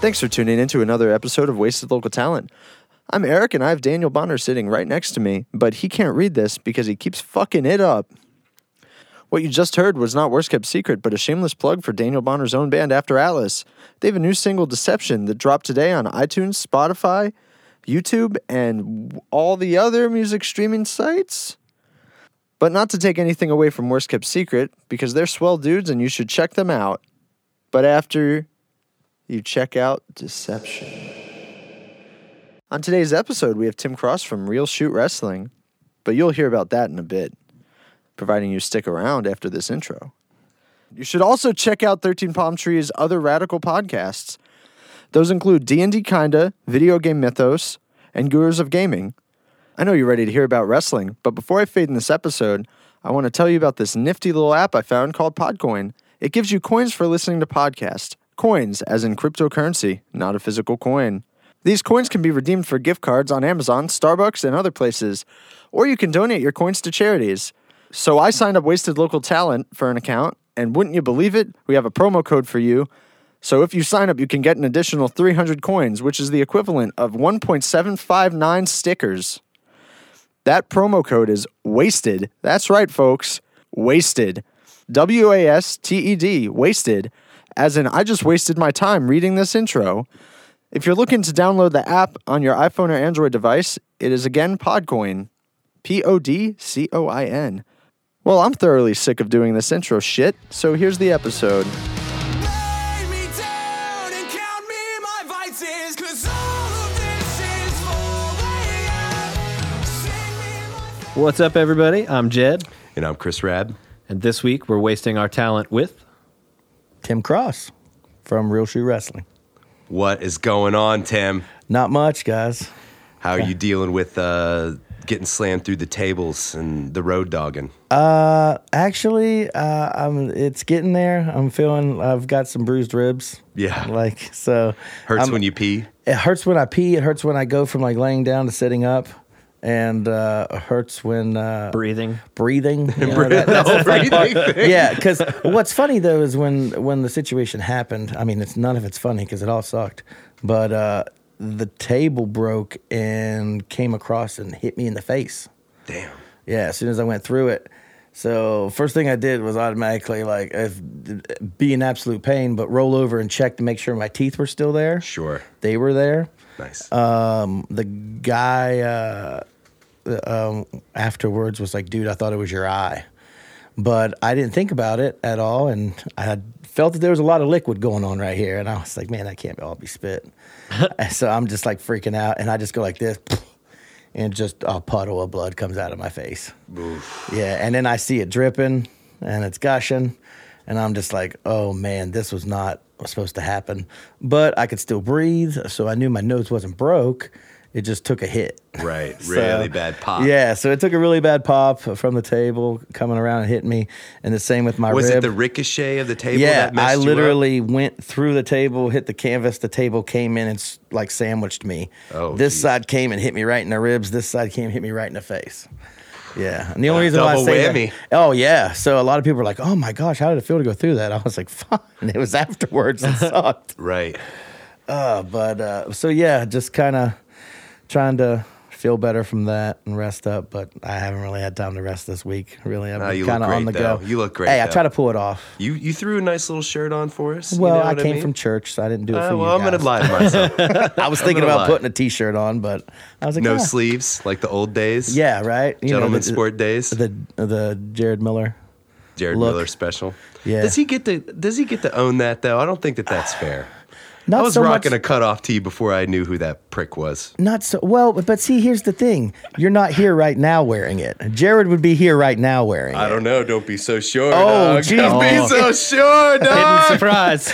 Thanks for tuning in to another episode of Wasted Local Talent. I'm Eric and I have Daniel Bonner sitting right next to me, but he can't read this because he keeps fucking it up. What you just heard was not Worst Kept Secret, but a shameless plug for Daniel Bonner's own band After Atlas. They have a new single, Deception, that dropped today on iTunes, Spotify, YouTube, and all the other music streaming sites. But not to take anything away from Worst Kept Secret, because they're swell dudes and you should check them out. But after you check out Deception. On today's episode, we have Tim Cross from Real Shoot Wrestling, but you'll hear about that in a bit, providing you stick around after this intro. You should also check out 13 Palm Tree's other radical podcasts. Those include D&D Kinda, Video Game Mythos, and Gurus of Gaming. I know you're ready to hear about wrestling, but before I fade in this episode, I want to tell you about this nifty little app I found called Podcoin. It gives you coins for listening to podcasts. Coins, as in cryptocurrency, not a physical coin. These coins can be redeemed for gift cards on Amazon, Starbucks, and other places, or you can donate your coins to charities. So I signed up Wasted Local Talent for an account, and wouldn't you believe it? We have a promo code for you. So if you sign up, you can get an additional 300 coins, which is the equivalent of 1.759 stickers. That promo code is wasted. That's right, folks. Wasted. W A S T E D, wasted. As in, I just wasted my time reading this intro. If you're looking to download the app on your iPhone or Android device, it is again Podcoin. P O D C O I N. Well, I'm thoroughly sick of doing this intro shit, so here's the episode. Lay me down and count me my vices, 'cause all of this is for laying. Sing me my What's up, everybody? I'm Jed, And I'm Chris Rab. and this week we're wasting our talent with. Tim Cross from Real Shoe Wrestling. What is going on, Tim? Not much, guys. How are you dealing with uh, getting slammed through the tables and the road dogging? Actually, uh, I'm. It's getting there. I'm feeling. I've got some bruised ribs. Yeah. Like so. Hurts I'm- when you pee. It hurts when I pee. It hurts when I go from like laying down to sitting up, and uh, it hurts when uh, Breathing. breathing. you know, that- that's the fun part. Yeah, because what's funny though is when when the situation happened. I mean, it's none of it's funny because it all sucked. But uh, the table broke and came across and hit me in the face. Damn. Yeah, as soon as I went through it. So first thing I did was automatically like if, be in absolute pain, but roll over and check to make sure my teeth were still there. Sure. They were there. Nice. Um, the guy uh, uh, um, afterwards was like, "Dude, I thought it was your eye," but I didn't think about it at all, and I had felt that there was a lot of liquid going on right here, and I was like, "Man, that can't all be spit." And so I'm just like freaking out, and I just go like this, and just a puddle of blood comes out of my face. Yeah, and then I see it dripping and it's gushing, and I'm just like, oh man, this was not supposed to happen. But I could still breathe, so I knew my nose wasn't broke. It just took a hit. right. So- Really bad pop. Yeah, so it took a really bad pop from the table coming around and hitting me, and the same with my Was rib. it the ricochet of the table? yeah, that messed I you up? literally went through the table, hit the canvas. The table came in and s- like sandwiched me. Oh, this geez. side came and hit me right in the ribs. This side came and hit me right in the face. Yeah, and the only reason why I Uh, double say whammy. that, oh yeah, so a lot of people are like, "Oh my gosh, how did it feel to go through that?" I was like, "Fine." It was afterwards. It sucked. Right. Uh, but uh, so yeah, just kind of trying to feel better from that and rest up. But I haven't really had time to rest this week. Really, I've Nah, been you look kind of on the great, go. though. You look great, Hey, I though. try to pull it off. You you threw a nice little shirt on for us. you Well, know I what came mean? from church, so I didn't do it for Uh, you well, I'm gonna guys. lie to myself. I was thinking gonna about lie. putting a T-shirt on, but I was like, No "Ah, sleeves, like the old days. Yeah, right. You know, Gentlemen the- sport days. The the Jared Miller. Jared look. Miller special. Yeah. Does he get to Does he get to own that though? I don't think that that's fair. Not I was so rocking much, a cutoff tee before I knew who that prick was. Not so well, but see, here's the thing: you're not here right now wearing it. Jared would be here right now wearing it. I don't know. Don't be so sure. Oh, dog. geez. Don't be Oh. so sure, Hidden dog. surprise.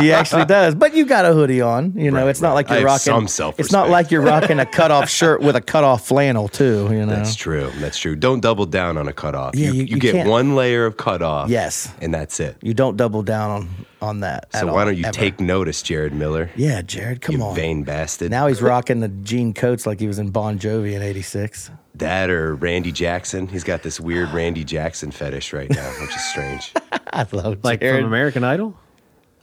he actually does. But you got a hoodie on. You know, Right, it's not right. like I you're rocking. have some it's not self-respect. like you're rocking a cutoff shirt with a cutoff flannel too. You know, That's true. That's true. Don't double down on a cutoff. Yeah, you, you- you, you get can't- one layer of cutoff. Yes. And that's it. you don't double down on on that. at So all, why don't you ever. take notice, Jared Miller? Yeah, Jared, come you on. vain bastard. Now he's rocking the jean coats like he was in Bon Jovi in '86. that or Randy Jackson. He's got this weird Randy Jackson fetish right now, which is strange. I love like Jared. from American Idol?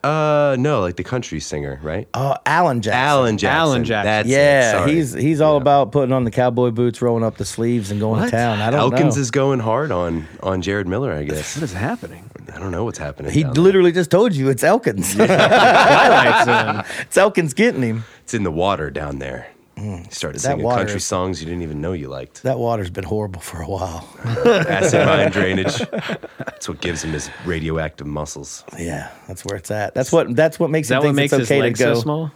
Uh, no, like the country singer, right? Oh, Alan Jackson. Alan Jackson. Alan Jackson. That's it. Yeah, Sorry. he's he's all about putting on the cowboy boots, rolling up the sleeves, and going What? to town. I don't Elkins know. is going hard on on Jared Miller, I guess. What is happening? I don't know what's happening. he down there. literally just told you it's Elkins. Twilight uh, Zone. it's Elkins getting him. It's in the water down there. He Mm. started That singing water country is- songs you didn't even know you liked. That water's been horrible for a while. Acid mine drainage. That's what gives him his radioactive muscles. Yeah, that's where it's at. That's what that's what makes Is that him what think makes it's his okay to legs go. so small?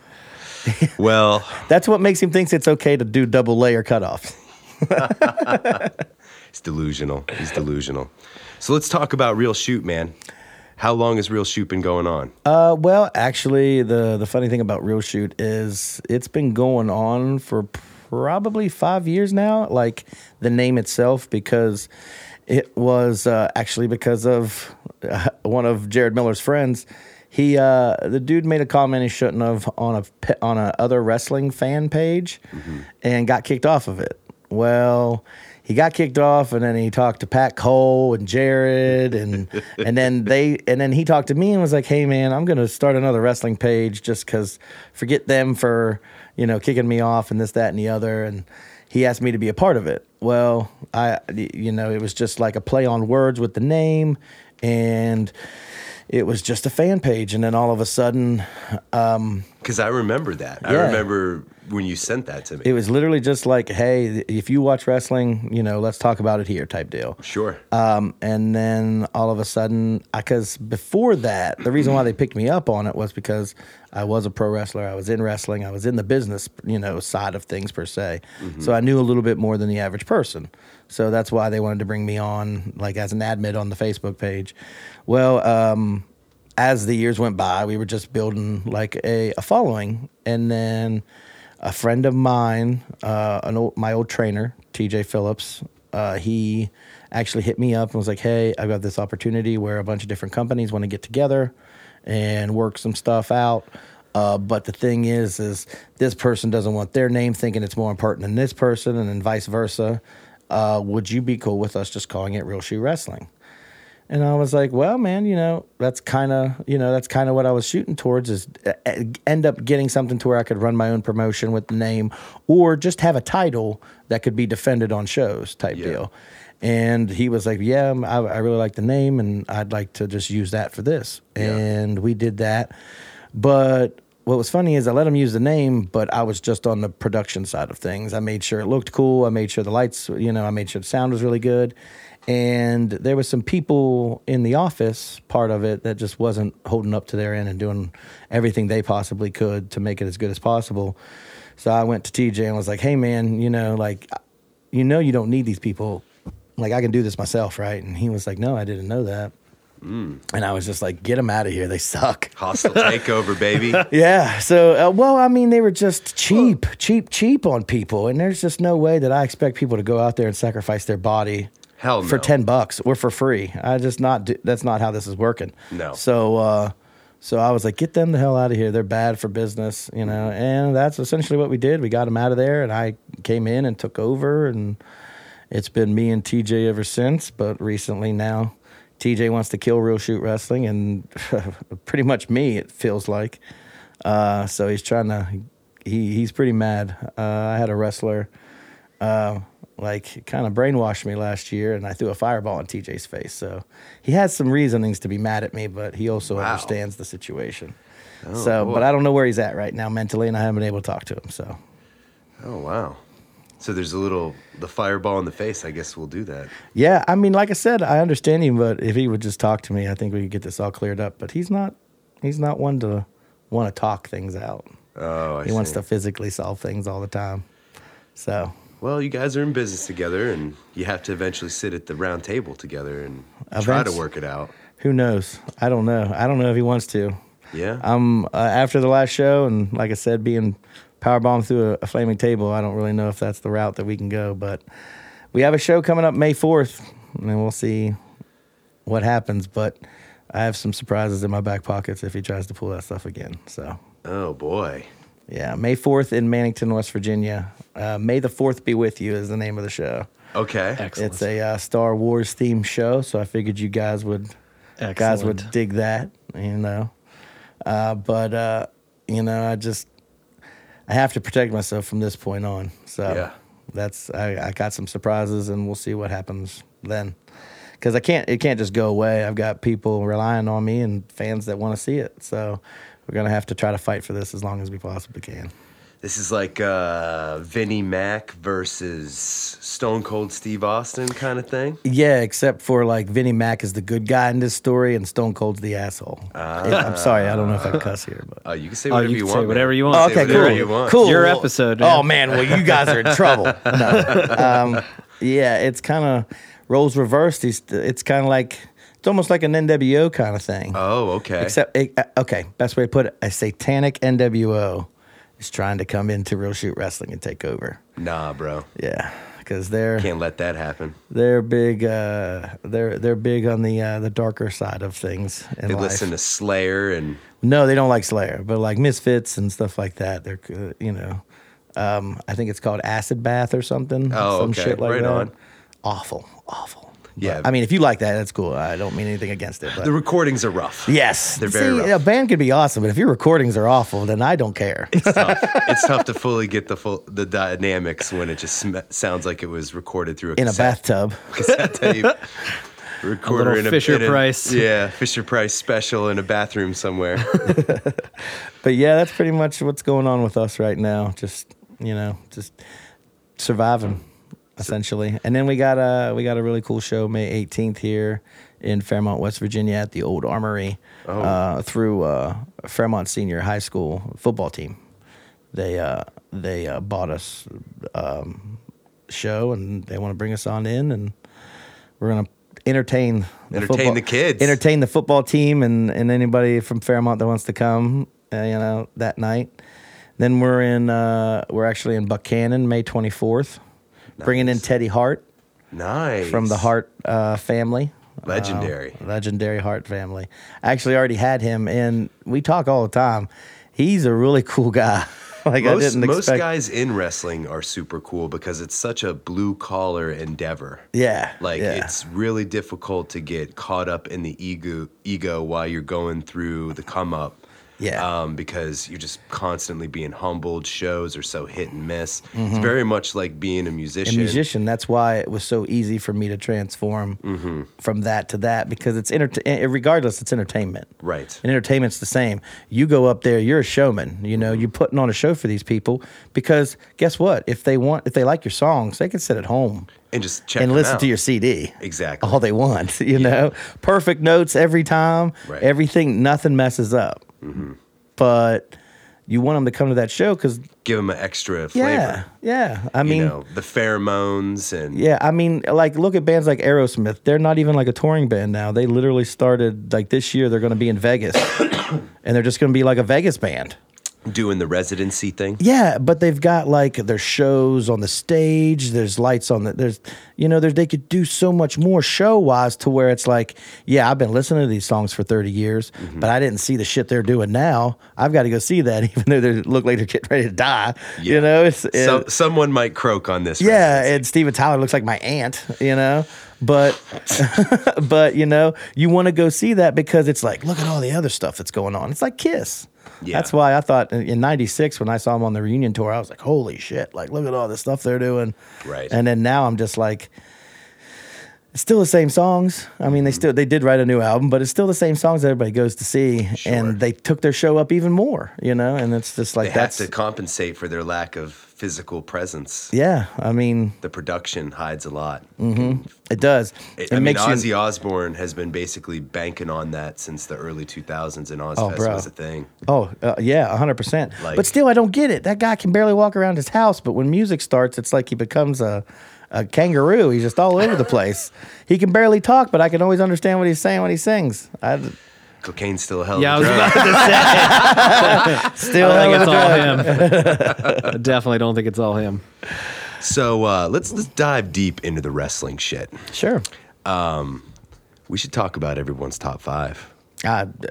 Well, That's what makes him thinks it's okay to do double layer cutoffs. he's delusional. He's delusional. So let's talk about Real Shoot, man. How long has Real Shoot been going on? Uh, well, actually, the the funny thing about Real Shoot is it's been going on for probably five years now. Like the name itself, because it was uh, actually because of uh, one of Jared Miller's friends. He uh, the dude made a comment he shouldn't have on a pe- on a other wrestling fan page, and got kicked off of it. Well, he got kicked off, and then he talked to Pat Cole and Jared, and and then they and then he talked to me and was like, "Hey, man, I'm gonna start another wrestling page just because forget them for you know kicking me off and this, that, and the other." And he asked me to be a part of it. Well, I you know it was just like a play on words with the name, and it was just a fan page. And then all of a sudden, Because I remember that. I Yeah. remember when you sent that to me. it was literally just like, "Hey, if you watch wrestling, you know, let's talk about it here," type deal. sure. Um, and then all of a sudden, because before that, the reason why they picked me up on it was because I was a pro wrestler. I was in wrestling. I was in the business, you know, side of things per se. So I knew a little bit more than the average person. So that's why they wanted to bring me on, like as an admin on the Facebook page. Well, um, as the years went by, we were just building like a, a following. And then a friend of mine, uh, an old, my old trainer, TJ Phillips, uh, he actually hit me up and was like, Hey, I've got this opportunity where a bunch of different companies want to get together and work some stuff out. Uh, but the thing is, is this person doesn't want their name thinking it's more important than this person, and then vice versa. Uh, would you be cool with us just calling it Real Shoe Wrestling? And I was like, well, man, you know, that's kind of, you know, that's kind of what I was shooting towards is uh, uh, end up getting something to where I could run my own promotion with the name or just have a title that could be defended on shows type Yeah. deal. And he was like, yeah, m- I, I really like the name and I'd like to just use that for this. Yeah. And we did that. But what was funny is I let him use the name, but I was just on the production side of things. I made sure it looked cool. I made sure the lights, you know, I made sure the sound was really good. And there was some people in the office part of it that just wasn't holding up to their end and doing everything they possibly could to make it as good as possible. So I went to TJ and was like, "Hey, man, you know, like, you know, you don't need these people. Like, I can do this myself, right?" And he was like, "No, I didn't know that." And I was just like, "Get them out of here. They suck." Hostile takeover, baby. Yeah. So, uh, well, I mean, they were just cheap, cheap, cheap on people, and there's just no way that I expect people to go out there and sacrifice their body Hell for no. ten bucks or for free. I just not. Do, that's not how this is working. No. So, uh, so I was like, get them the hell out of here. They're bad for business, you know. And that's essentially what we did. We got them out of there, and I came in and took over, and it's been me and TJ ever since. But recently now. TJ wants to kill real shoot wrestling and pretty much me, it feels like. Uh, so he's trying to. He he's pretty mad. Uh, I had a wrestler, uh, like kind of brainwashed me last year, and I threw a fireball in TJ's face. So he has some reasonings to be mad at me, but he also Wow. Oh, understands the situation. so, boy. but I don't know where he's at right now mentally, and I haven't been able to talk to him. So Oh wow. So there's a little the fireball in the face. I guess we'll do that. yeah, I mean, like I said, I understand him, but if he would just talk to me, I think we could get this all cleared up. But he's not. He's not one to want to talk things out. Oh, I he wants see. to physically solve things all the time. So Well, you guys are in business together, and you have to eventually sit at the round table together and try to Events- work it out. Who knows? I don't know. I don't know if he wants to. Yeah. Um, I'm uh, after the last show, and like I said, being powerbombed through a, a flaming table. I don't really know if that's the route that we can go, but we have a show coming up May 4th, and we'll see what happens. But I have some surprises in my back pockets if he tries to pull that stuff again. So oh boy. yeah, May 4th in Mannington, West Virginia. Uh, May the 4th be with you is the name of the show. Okay. Excellent. It's a uh, Star Wars themed show, so I figured you guys would guys would Excellent. dig that, you know. Uh, but uh, you know, I just I have to protect myself from this point on. So Yeah. that's I, I got some surprises, and we'll see what happens then. Because I can't, it can't just go away. I've got people relying on me and fans that want to see it. So we're gonna have to try to fight for this as long as we possibly can. This is like uh, Vinnie Mac versus Stone Cold Steve Austin kind of thing. Yeah, except for like Vinnie Mac is the good guy in this story, and Stone Cold's the asshole. Yeah, I'm sorry, I don't know if I cuss here, but Uh, you can say Oh, whatever you you, can say want. man. whatever you Oh, want. okay, Say whatever cool. you want. Cool. Your Well, episode, Oh man, man. well you guys are in trouble. No. Um, yeah, it's kind of roles reversed. It's, it's kind of like it's almost like an NWO kind of thing. Oh, okay. Except it, uh, okay, best way to put it, a satanic NWO is trying to come into real shoot wrestling and take over. nah, bro. Yeah, because they're Can't let that happen. they're big uh, they're they're big on the uh, the darker side of things. In They life. listen to Slayer and No, they don't like Slayer, but like Misfits and stuff like that. They're uh, you know, um, I think it's called Acid Bath or something. Oh, some okay. shit like Right that. on. Awful, awful. Yeah. But, I mean, if you like that, that's cool. I don't mean anything against it. But the recordings are rough. yes, They're very See, rough. a band could be awesome, but if your recordings are awful, then I don't care. It's tough. it's tough to fully get the full the dynamics when it just sm- sounds like it was recorded through a In a cassette, bathtub. cassette tape. Recorder little in a Fisher in a- Price. yeah, Fisher Price special in a bathroom somewhere. But yeah, that's pretty much what's going on with us right now. Just you know, just surviving essentially. And then we got a we got a really cool show May 18th here in Fairmont, West Virginia, at the Old Armory Oh. uh, through uh, Fairmont Senior High School football team. They uh, they uh, bought us um, show and they want to bring us on in and we're gonna entertain Entertain the kids. entertain the football team and, and anybody from Fairmont that wants to come, uh, you know, that night. Then we're in uh, we're actually in Buchanan May 24th, bringing in Nice. Teddy Hart nice from the Hart uh, family. Legendary. Uh, legendary Hart family. I actually already had him, and we talk all the time. He's a really cool guy. like I most, didn't most expect. guys in wrestling are super cool because it's such a blue collar endeavor. yeah, Like yeah. it's really difficult to get caught up in the ego ego while you're going through the come up. Yeah. Um, because you're just constantly being humbled. Shows are so hit and miss. It's very much like being a musician. a Mm-hmm. musician. That's why it was so easy for me to transform Mm-hmm. from that to that because it's enter- eh, regardless, it's entertainment. Right. And entertainment's the same. You go up there, you're a showman. You know, Mm-hmm. you're putting on a show for these people because guess what? If they want, if they like your songs, they can sit at home And just check and them listen out. to your CD. Exactly. All they want, you know, perfect notes every time, Right. Mm-hmm. everything, nothing messes up. But you want them to come to that show because, give them an extra flavor. yeah, yeah. I you mean, know the pheromones and yeah, I mean, like, look at bands like Aerosmith. They're not even like a touring band now. They literally started like this year. They're going to be in Vegas, and they're just going to be like a Vegas band. doing the residency thing. Yeah, but they've got like their shows on the stage. There's lights on the. There's, you know, there's they could do so much more show wise to where it's like, yeah, I've been listening to these songs for thirty years, but I didn't see the shit they're doing now. I've got to go see that, even though they look like they're getting ready to die. Yeah. You know, it's So, it- someone might croak on this. yeah, residency. and Steven Tyler looks like my aunt, you know. But but you know, you want to go see that because it's like, look at all the other stuff that's going on. It's like Kiss. Yeah. That's why I thought in- in 96 when I saw him on the reunion tour, I was like, holy shit, like look at all the stuff they're doing. Right. And then now I'm just like it's still the same songs. I mean, Mm-hmm. they still they did write a new album, but it's still the same songs that everybody goes to see Sure. and they took their show up even more, you know, and it's just like they have that's to compensate for their lack of physical presence. yeah, I mean, The production hides a lot. Mm, it does. It, I mean, Ozzy Osbourne has been basically banking on that since the early 2000s, and Ozfest bro. was a thing. Oh, uh, yeah, 100%. Like- but still, I don't get it. That guy can barely walk around his house, but when music starts, it's like he becomes a, a kangaroo. He's just all over the place. he can barely talk, but I can always understand what he's saying when he sings. I Cocaine's still a hell of Yeah, I a was drug. about to say. still I have think a it's all drug. him. I definitely don't think it's all him. So uh, let's let's dive deep into the wrestling shit. Sure. We should talk about everyone's top five. Uh, d-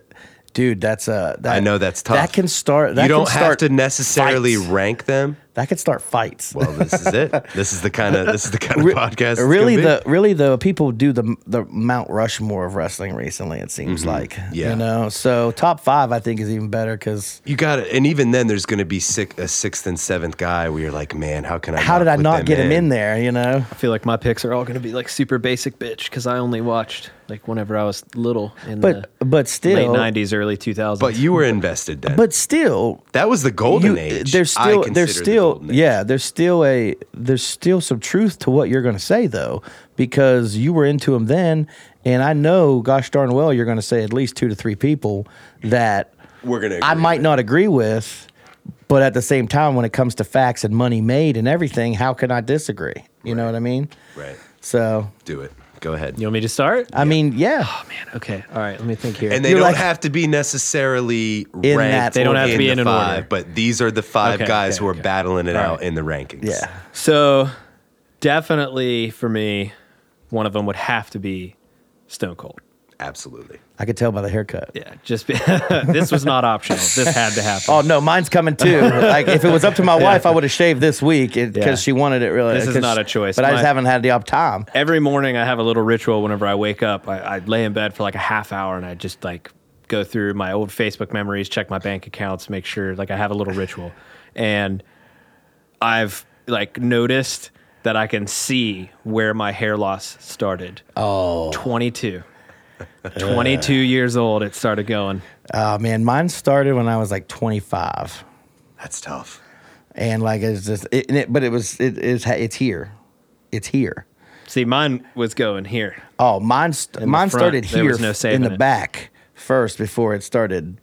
dude, that's uh, that, I know that's tough. That can start. That you can don't have start to necessarily fights. rank them. That could start fights. Well, this is it. This is the kind of this is the kind of Re- podcast. it's Really, gonna the really the people do the the Mount Rushmore of wrestling recently. It seems like Mm-hmm. Yeah. you know. So top five, I think, is even better because be. you got it. And even then, there's going to be sick, a sixth and seventh guy where you're like, man, how can I? how did I put not them get him in there? You know, I feel like my picks are all going to be like super basic bitch because I only watched like whenever I was little in but the but late still, '90s, early 2000s. But you were invested then. but still, that was the golden age. There's I still consider there's the still golden age. yeah, there's still a there's still some truth to what you're going to say though because you were into him then and I know gosh darn well you're going to say at least 2 to 3 people that We're gonna. I agree might with. not agree with but at the same time when it comes to facts and money made and everything, how can I disagree? You know what I mean? Right. So, Do it. Go ahead. you want me to start? I mean, yeah. Oh, Man, okay, all right. Let me think here. and they You're don't like- have to be necessarily ranked. that They don't have to in be the in an five, order. But these are the five Okay, guys okay, who are okay. battling it All out right. in the rankings. Yeah. So, definitely for me, one of them would have to be Stone Cold. absolutely. I could tell by the haircut. Yeah, just be, this was not optional. This had to happen. Oh no, mine's coming too. like if it was up to my wife, I would have shaved this week because Yeah. she wanted it really. This is 'cause- not a choice. But I just My- haven't had the op time. Every morning, I have a little ritual. Whenever I wake up, I, I lay in bed for like a half hour, and I just like go through my old Facebook memories, check my bank accounts, make sure like I have a little ritual, and I've like noticed that I can see where my hair loss started. Oh. 22. 22 years old, it started going. Oh man, mine started when I was like 25, That's tough. and like it's just, it, and it- but it was it is it's here, it's here. See, mine was going here. Oh, mine st- the mine front, started there here was no f- in saving the it. back first before it started.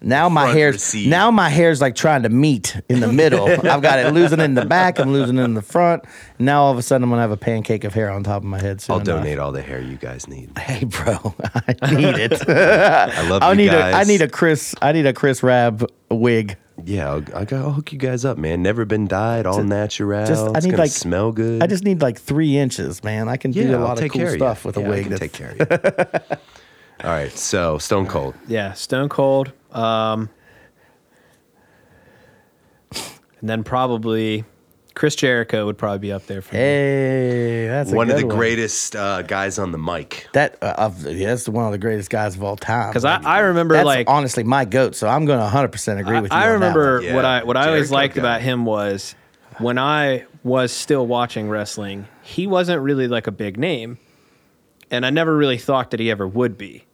Now my front hair's receded. now my hair's like trying to meet in the middle. I've got it losing in the back. I'm losing in the front. Now all of a sudden I'm gonna have a pancake of hair on top of my head. Soon I'll enough. donate all the hair you guys need. Hey, bro, I need it. I love I you need guys. a I need a Chris I need a Chris Rab wig. Yeah, I'll, I'll, go- I'll hook you guys up, man. Never been dyed, all natural. just- I it's need, gonna like- smell good. I just need like three inches, man. I can yeah, do a I'll lot of take cool care stuff you. with a Yeah, I wig. can that's- take care of you. all right, so Stone Cold. Yeah, Stone Cold. Um, and then probably Chris Jericho would probably be up there for me. Hey, that's a one of good the greatest uh, guys on the mic. That uh, of, yeah, that's one of the greatest guys of all time. Because I, I remember that's like honestly my goat. So I'm going to 100 percent agree with you. I on that remember one. one. what Yeah, I what I always Jericho liked guy. about him was when I was still watching wrestling, he wasn't really like a big name, and I never really thought that he ever would be.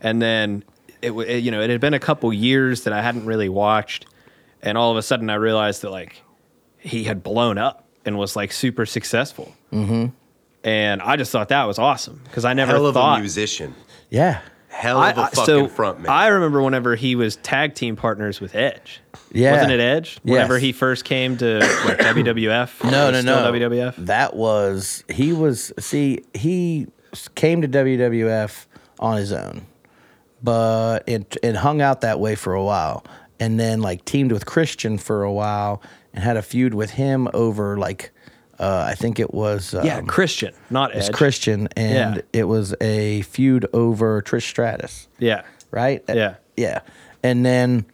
And then it, wa- it you know it had been a couple years that I hadn't really watched, and all of a sudden I realized that like he had blown up and was like super successful. Mm-hmm. And I just thought that was awesome because I never Hell of thought a musician. yeah, Hell of a I- I- fucking so front man. I remember whenever he was tag team partners with Edge. Yeah. wasn't it Edge? Whenever Yes. he first came to what, WWF. no, Or no, still no, WWF. That was he was see he came to WWF on his own, but it it hung out that way for a while, and then like teamed with Christian for a while and had a feud with him over like uh, I think it was um, yeah, Christian, not Edge. it's Christian, and Yeah. it was a feud over Trish Stratus. Yeah, right? Yeah. Yeah. And then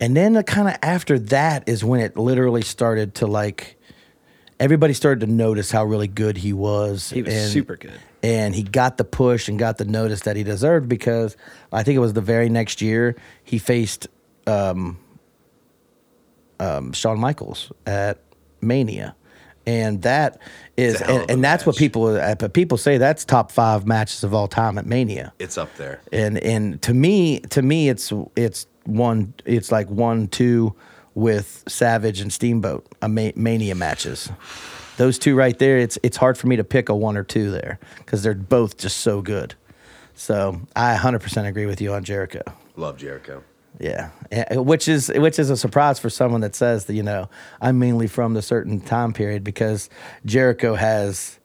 and then the kind of after that is when it literally started to like everybody started to notice how really good he was. he was and, super good. And he got the push and got the notice that he deserved because I think it was the very next year he faced um, um, Shawn Michaels at Mania. And that is, a hell of and, a and that's what match. people, uh, but people say that's top five matches of all time at Mania it's up there. and and to me to me it's it's one it's like one two with Savage and Steamboat a ma- Mania matches. Those two right there, it's it's hard for me to pick a one or two there because they're both just so good. So I 100% agree with you on Jericho. Love Jericho. Yeah, Eh, which is which is a surprise for someone that says that you know I'm mainly from the certain time period because Jericho has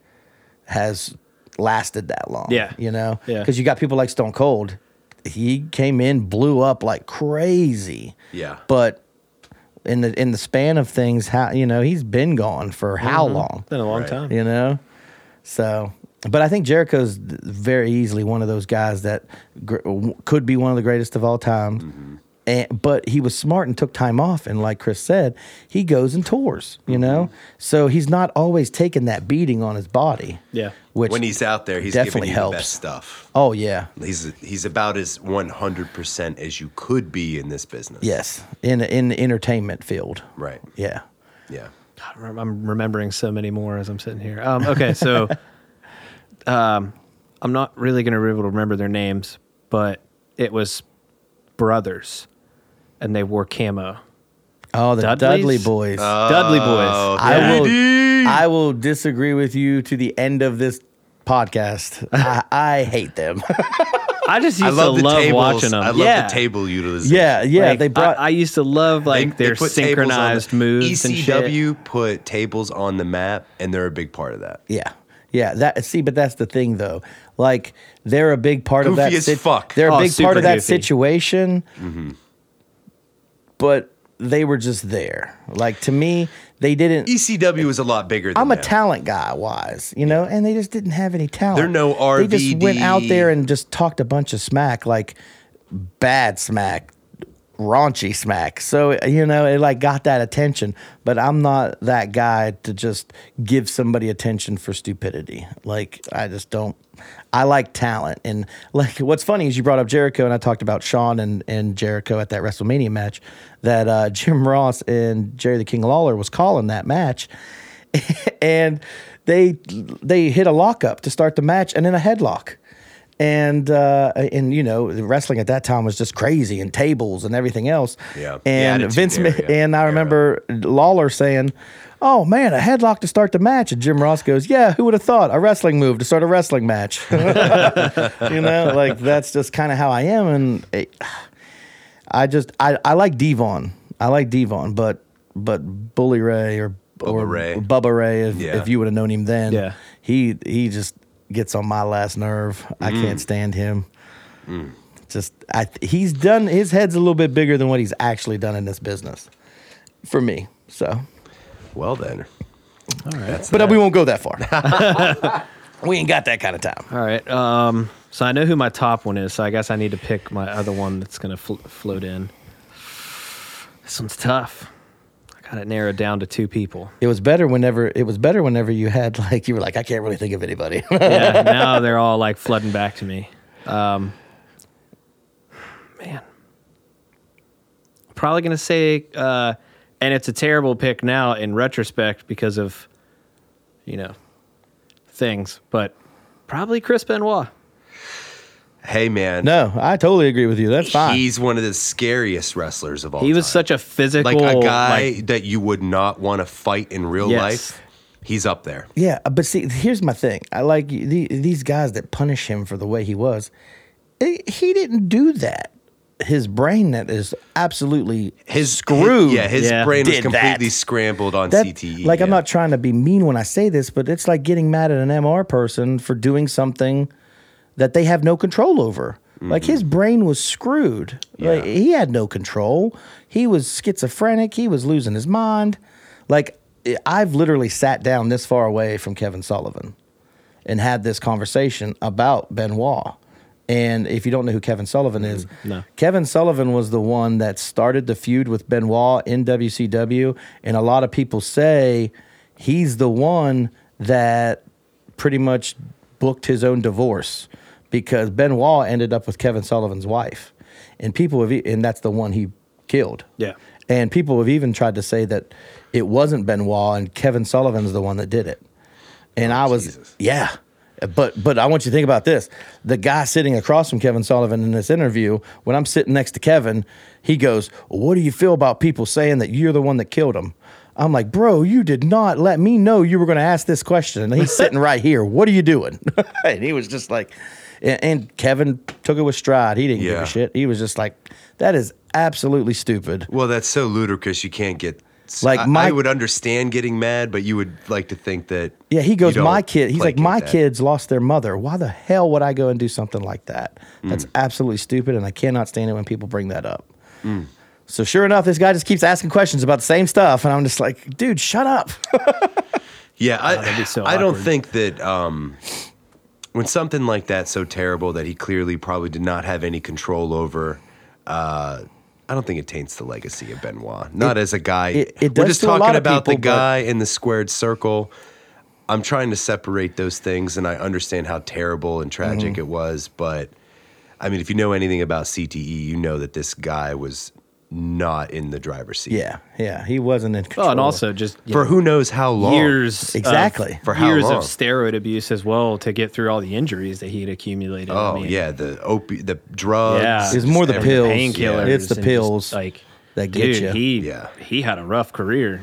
has lasted that long. Yeah. you know, Yeah. because you got people like Stone Cold. He came in, blew up like crazy. Yeah. but in the in the span of things, how you know he's been gone for how Mm-hmm. long? Been a long Right. time. you know. So, but I think Jericho's very easily one of those guys that gr- could be one of the greatest of all time, And, but he was smart and took time off. And like Chris said, he goes and tours, you know? So he's not always taking that beating on his body. Yeah. Which, when he's out there, he's definitely giving you helps. the best stuff. oh, yeah. He's he's about as one hundred percent as you could be in this business. Yes. In, in the entertainment field. Right. Yeah. Yeah. God, I'm I'm remembering so many more as I'm sitting here. Um, okay, so um, I'm not really going to be able to remember their names, but it was brothers, and they wore camo. Oh, the Dudleys? Dudley Uh, boys. Dudley boys. I will, I will disagree with you to the end of this podcast. I, I hate them. I just used I love to the love tables. watching them. I love yeah. the table utilization. yeah. Yeah. Like, they brought. I, I used to love They- like they their put tables on the- E synchronized moves and shit. ECW put tables on the map, and they're a big part of that. Yeah. Yeah, that see, but that's the thing though. Like they're a big part of Goofy that. as fuck. Mm-hmm. They're a Oh, big super part of that goofy. situation. But they were just there. Like to me, they didn't. ECW E is a lot bigger. than I'm a that. talent guy, wise, you know, and they just didn't have any talent. They're no They just went RVD. out there and just talked a bunch of smack, like bad smack, raunchy smack. So you know, it like got that attention. But I'm not that guy to just give somebody attention for stupidity. Like I just don't. I like talent, and like what's funny is you brought up Jericho, and I talked about Sean and and Jericho at that WrestleMania match. That uh, Jim Ross and Jerry the King Lawler was calling that match and they they hit a lockup to start the match and then a headlock and uh and you know the wrestling at that time was just crazy and tables and everything else Yeah, the and Attitude vince Ma- Era, yeah. and i Era. remember lawler saying oh man a headlock to start the match and jim ross goes yeah who would have thought a wrestling move to start a wrestling match you know like that's just kind of how i am and it, I just I, I like Devon. I like Devon, but but Bully Ray or or Ray. Bubba Ray, if, Yeah. if you would have known him then, Yeah. he he just gets on my last nerve. I can't stand him. Mm. Just I he's done his head's a little bit bigger than what he's actually done in this business, for me. So, Well then, but we won't go that far. we ain't got that kind of time. All right. Um, so I know who my top one is. So I guess I need to pick my other one that's going to flo float in. This one's tough. I got it narrowed down to two people. It was better whenever it was better whenever you had like you were like I can't really think of anybody. Yeah. now they're all like flooding back to me. Um, man. Probably going to say, uh, and it's a terrible pick now in retrospect because of, you know, things, but probably Chris Benoit. hey man, no, I totally agree with you. That's fine. he's one of the scariest wrestlers of all. He was time. such a physical like a guy like, that you would not want to fight in real Yes. life. He's up there. Yeah, uh, but see, here's my thing. I like the, these guys that punish him for the way he was. He- he didn't do that. His brain that is absolutely His screwed. yeah, his Yeah. brain was Did that. completely scrambled on That- CTE. Like I'm E, yeah. not trying to be mean when I say this, but it's like getting mad at an MR person for doing something that they have no control over. Like his brain was screwed. Like Mm. Yeah. he had no control. He was schizophrenic. He was losing his mind. Like I- I've literally sat down this far away from Kevin Sullivan and had this conversation about Benoit. And if you don't know who Kevin Sullivan is, Mm, no. Kevin Sullivan was the one that started the feud with Benoit in WCW. And a lot of people say he's the one that pretty much booked his own divorce because Benoit ended up with Kevin Sullivan's wife. And people have, e- and that's the one he killed. Yeah. And people have even tried to say that it wasn't Benoit and Kevin Sullivan's the one that did it. And I was, Oh, Jesus. yeah. But but I want you to think about this. The guy sitting across from Kevin Sullivan in this interview, when I'm sitting next to Kevin, he goes, "What do you feel about people saying that you're the one that killed him?" I'm like, "Bro, you did not let me know you were going to ask this question." And he's sitting right here. What are you doing? and he was just like, and, and Kevin took it with stride. He didn't give Yeah. a shit. He was just like, "That is absolutely stupid." Well, that's so ludicrous. You can't get Like, I- my- I would understand getting mad, but you would like to think that. Yeah, he goes, you don't my kid. He's like, placate my that." kids lost their mother. Why the hell would I go and do something like that? That's Mm. absolutely stupid, and I cannot stand it when people bring that up. Mm. So sure enough, this guy just keeps asking questions about the same stuff, and I'm just like, dude, shut up. Yeah, Oh, that'd I, be so I don't awkward. think that um, when something like that so terrible that he clearly probably did not have any control over uh, I don't think it taints the legacy of Benoit. Not as a guy. it- it We're does just to a lot talking of about the people, but- guy in the squared circle. I'm trying to separate those things, and I understand how terrible and tragic Mm-hmm. it was. But I mean, if you know anything about CTE, you know that this guy was not in the driver's seat. Yeah, yeah. He wasn't in control. Well, Oh, and also just you For know, who knows how long. years of- Exactly. For how years long? of steroid abuse as well to get through all the injuries that he had accumulated. I Oh mean, yeah, the opi- the drugs. Yeah. it's more the just pills. everything. painkillers. It's the and just, pills like that get dude, you. he Yeah. he had a rough career.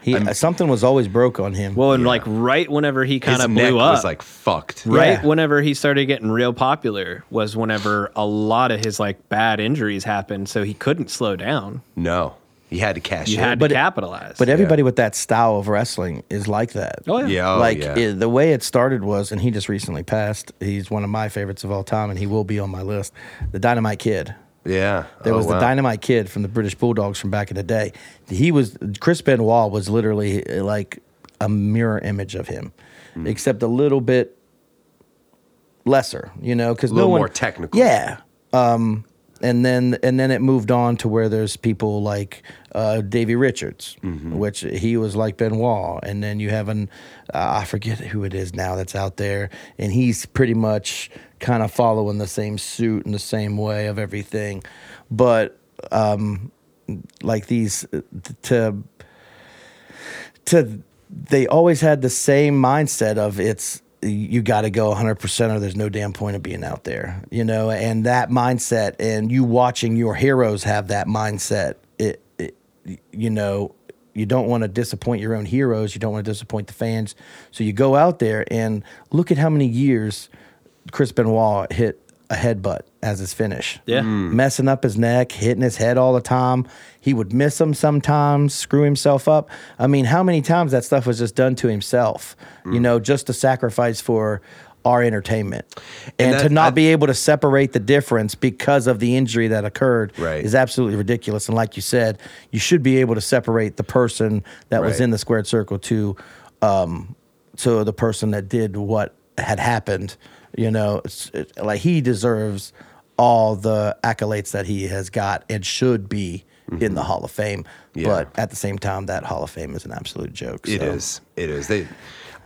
He, something was always broke on him. Well, and like right whenever he kind His of neck blew up, was like fucked. right Yeah. whenever he started getting real popular was whenever a lot of his like bad injuries happened, so he couldn't slow down. No, he had to cash You in. had But- to capitalize. but everybody with that style of wrestling is like that. oh yeah, yeah, oh, like yeah. it- the way it started was, and he just recently passed. He's one of my favorites of all time, and he will be on my list. The Dynamite Kid. yeah. There Oh, was the wow. Dynamite Kid from the British Bulldogs from back in the day. He was Chris Benoit was literally uh, like a mirror image of him, Hmm. except a little bit lesser, you know, because A no little one, more technical. Yeah, Um, and then and then it moved on to where there's people like uh, Davy Richards, Mm-hmm. which he was like Benoit, and then you have an uh, I forget who it is now that's out there, and he's pretty much kind of following the same suit and the same way of everything, but um, like these to to they always had the same mindset of it's you got to go 100% or there's no damn point of being out there you know and that mindset and you watching your heroes have that mindset it, it you know you don't want to disappoint your own heroes you don't want to disappoint the fans so you go out there and look at how many years chris benoit hit a headbutt as his finish Yeah. Mm. messing up his neck, hitting his head all the time. He would miss him sometimes, screw himself up. I mean, how many times that stuff was just done to himself, Mm. you know, just to sacrifice for our entertainment. And, that- to not I- be able to separate the difference because of the injury that occurred Right. is absolutely ridiculous. And like you said, you should be able to separate the person that was Right. in the squared circle to um to the person that did what had happened you know it's, it, like he deserves all the accolades that he has got and should be in the hall of fame Mm-hmm. Yeah. but at the same time that hall of fame is an absolute joke It so. is. It is. They,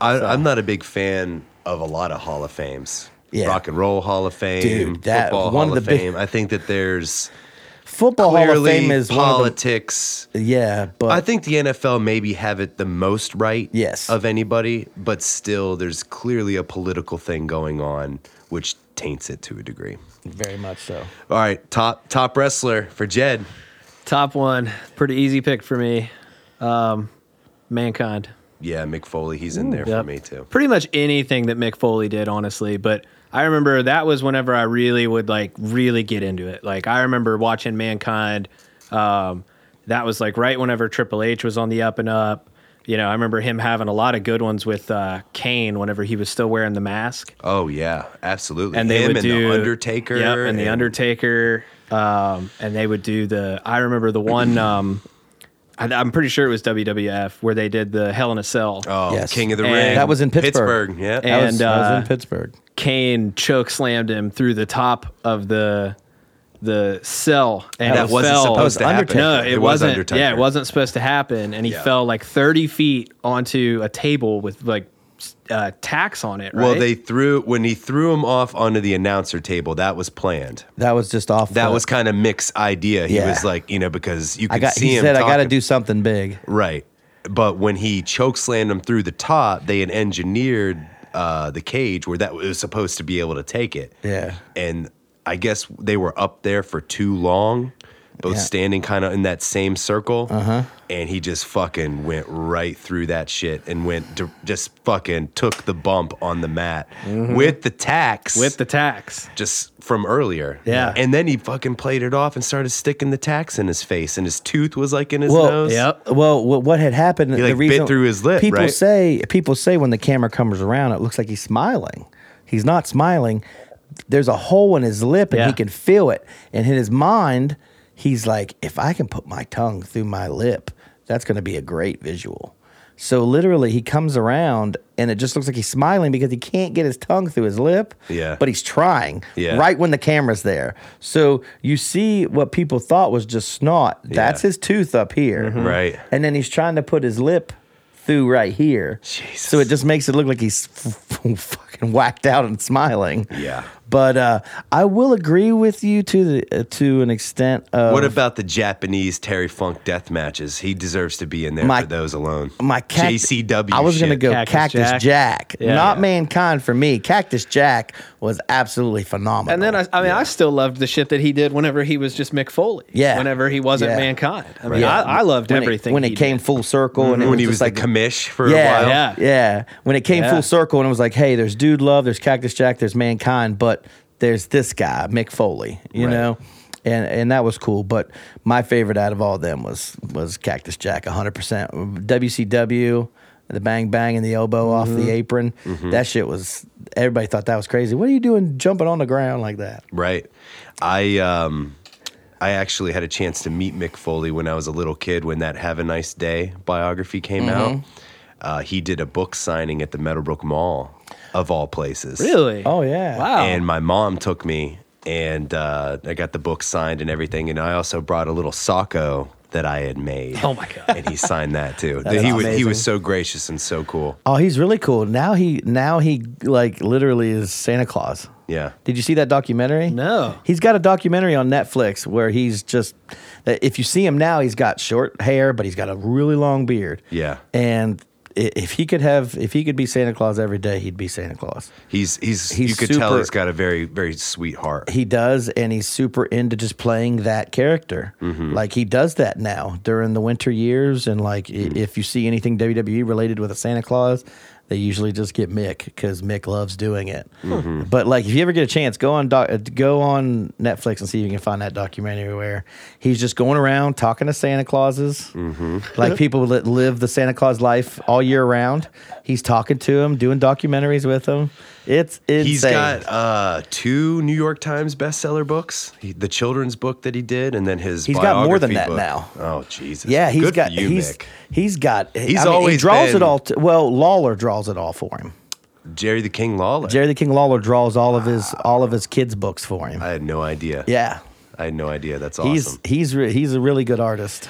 I, I'm not a big fan of a lot of Hall of Fames. Yeah. Rock and Roll Hall of Fame, Dude, that- football one Hall of of, the big- Fame. I think that there's football hall of clearly fame is one of politics. the, yeah but I think the NFL maybe have it the most right Yes. of anybody, but still there's clearly a political thing going on which taints it to a degree. very much so All right, top top wrestler for Jed. Top one, pretty easy pick for me. Um, mankind. Yeah, Mick Foley, he's in there Yep. for me too. Pretty much anything that Mick Foley did, honestly. But I remember that was whenever I really would like really get into it. Like I remember watching Mankind. Um, that was like right whenever Triple H was on the up and up. You know, I remember him having a lot of good ones with uh, Kane whenever he was still wearing the mask. Oh yeah, absolutely. and they Him would and do the Undertaker. Yep, and, the Undertaker. Um, and they would do the. I remember the one. Um, I, I'm pretty sure it was WWF where they did the Hell in a Cell. Oh, Yes. King of the And- Ring. That was in Pittsburgh. Pittsburgh, yeah. that, was, And, that was uh, in pittsburgh Kane choke slammed him through the top of the the cell, and That he wasn't fell. supposed to happen. No, it, It was wasn't. Undertaker. Yeah, it wasn't supposed to happen, and he Yeah. fell like 30 feet onto a table with like s- uh, tacks on it. Right? Well, they threw when he threw him off onto the announcer table. That was planned. that was just off That the- was kind of Mick's idea. He Yeah. was like, you know, because you i could got see he him. said i got to talking. do something big right. But when he chokeslammed him through the top, they had engineered uh, the cage where that was supposed to be able to take it. Yeah. And I guess they were up there for too long, both Yeah. standing kind of in that same circle. Uh-huh. And he just fucking went right through that shit and went to, just fucking took the bump on the mat with the tax with the tacks. just from earlier. Yeah. And then he fucking played it off and started sticking the tax in his face, and his tooth was like in his well, nose. Yep. Well, what, what had happened? like, the bit reason through his lip, People right? say people say when the camera comes around, it looks like he's smiling. He's not smiling. There's a hole in his lip, and Yeah. he can feel it. And in his mind, he's like, "If I can put my tongue through my lip, that's going to be a great visual." So literally, he comes around and it just looks like he's smiling because he can't get his tongue through his lip. Yeah. But he's trying Yeah. right when the camera's there. So you see what people thought was just snot. That's Yeah. Mm-hmm. his tooth up here. Right. And then he's trying to put his lip through right here. So it just makes it look like he's f- f- fucking whacked out and smiling. Yeah. But uh, I will agree with you to the uh, to an extent of What about the Japanese Terry Funk death matches? He deserves to be in there My- for those alone. my cact- JCW. I was gonna shit. go Cactus Cactus, Jack. Jack, Yeah. not Yeah. Mankind for me. Cactus Jack was absolutely phenomenal. And then I, I mean, I still loved the shit that he did whenever he was just Mick Foley. Yeah. Whenever he wasn't Yeah. mankind. I mean, Yeah. I, I loved When it- everything. when he it came did. full circle and it Mm-hmm. when was he just was like the commish for yeah, a while. Yeah. Yeah. When it came Yeah. full circle and it was like, hey, there's Dude Love, there's Cactus Jack, there's Mankind, but there's this guy, Mick Foley, you Right. know? And and that was cool. But my favorite out of all them was was Cactus Jack, 100%. WCW, the bang bang and the elbow off the apron. Mm-hmm. That shit was, everybody thought that was crazy. What are you doing jumping on the ground like that? Right. I um I actually had a chance to meet Mick Foley when I was a little kid when that Have a Nice Day biography came Mm-hmm. out. Uh, he did a book signing at the Meadowbrook Mall of all places. Really? Oh, yeah. Wow. And my mom took me and uh, I got the book signed and everything. And I also brought a little Socko that I had made. Oh my God. And he signed that too. he was he amazing. was so gracious and so cool. Oh, he's really cool. Now he now he like literally is Santa Claus. Yeah. Did you see that documentary? No. He's got a documentary on Netflix where he's just if you see him now, he's got short hair, but he's got a really long beard. Yeah. And i- if he could have if he could be Santa Claus every day, he'd be Santa Claus. He's he's, He's you could tell super- he's got a very, very sweet heart. He does, and he's super into just playing that character. Mm-hmm. Like he does that now during the winter years, and like i- Mm-hmm. if you see anything WWE related with a Santa Claus, they usually just get Mick because Mick loves doing it. Mm-hmm. But like if you ever get a chance, go on doc, uh, go on Netflix and see if you can find that documentary where he's just going around talking to Santa Clauses, Mm-hmm. like people that live the Santa Claus life all year round. He's talking to them, doing documentaries with them. It's insane. He's got uh, two New York Times bestseller books, he, the children's book that he did, and then his. He's got more than biography that book. Oh Jesus! Yeah, he's Good for got you, he's Mick. he's got He's I mean, always he draws been- it all. To, well, Lawler draws it all for him. Jerry the King Lawler. Jerry the King Lawler draws all of his all of his kids books for him. I had no idea. yeah, I had no idea. That's he's awesome. he's re- he's a really good artist.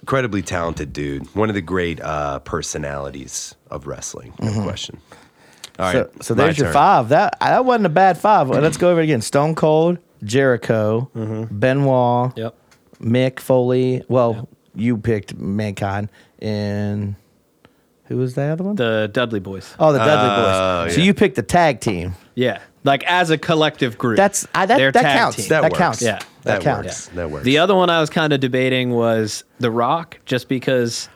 Incredibly talented dude. One of the great uh, personalities of wrestling. No question. All right. Mm-hmm. So, so my there's your turn. five. That that wasn't a bad five. Well, Let's go over it again. Stone Cold, Jericho, Benoit, Yep. Mick Foley. Well, you picked Mankind, and who was the other one? The Dudley Boys. oh, the Dudley Oh, Boys. So yeah. you picked the tag team. Yeah. Like as a collective group. That's I, Their that, that tag counts. team. That That, works. counts. Yeah. that, That counts. works. That works. The other one I was kind of debating was The Rock, just because,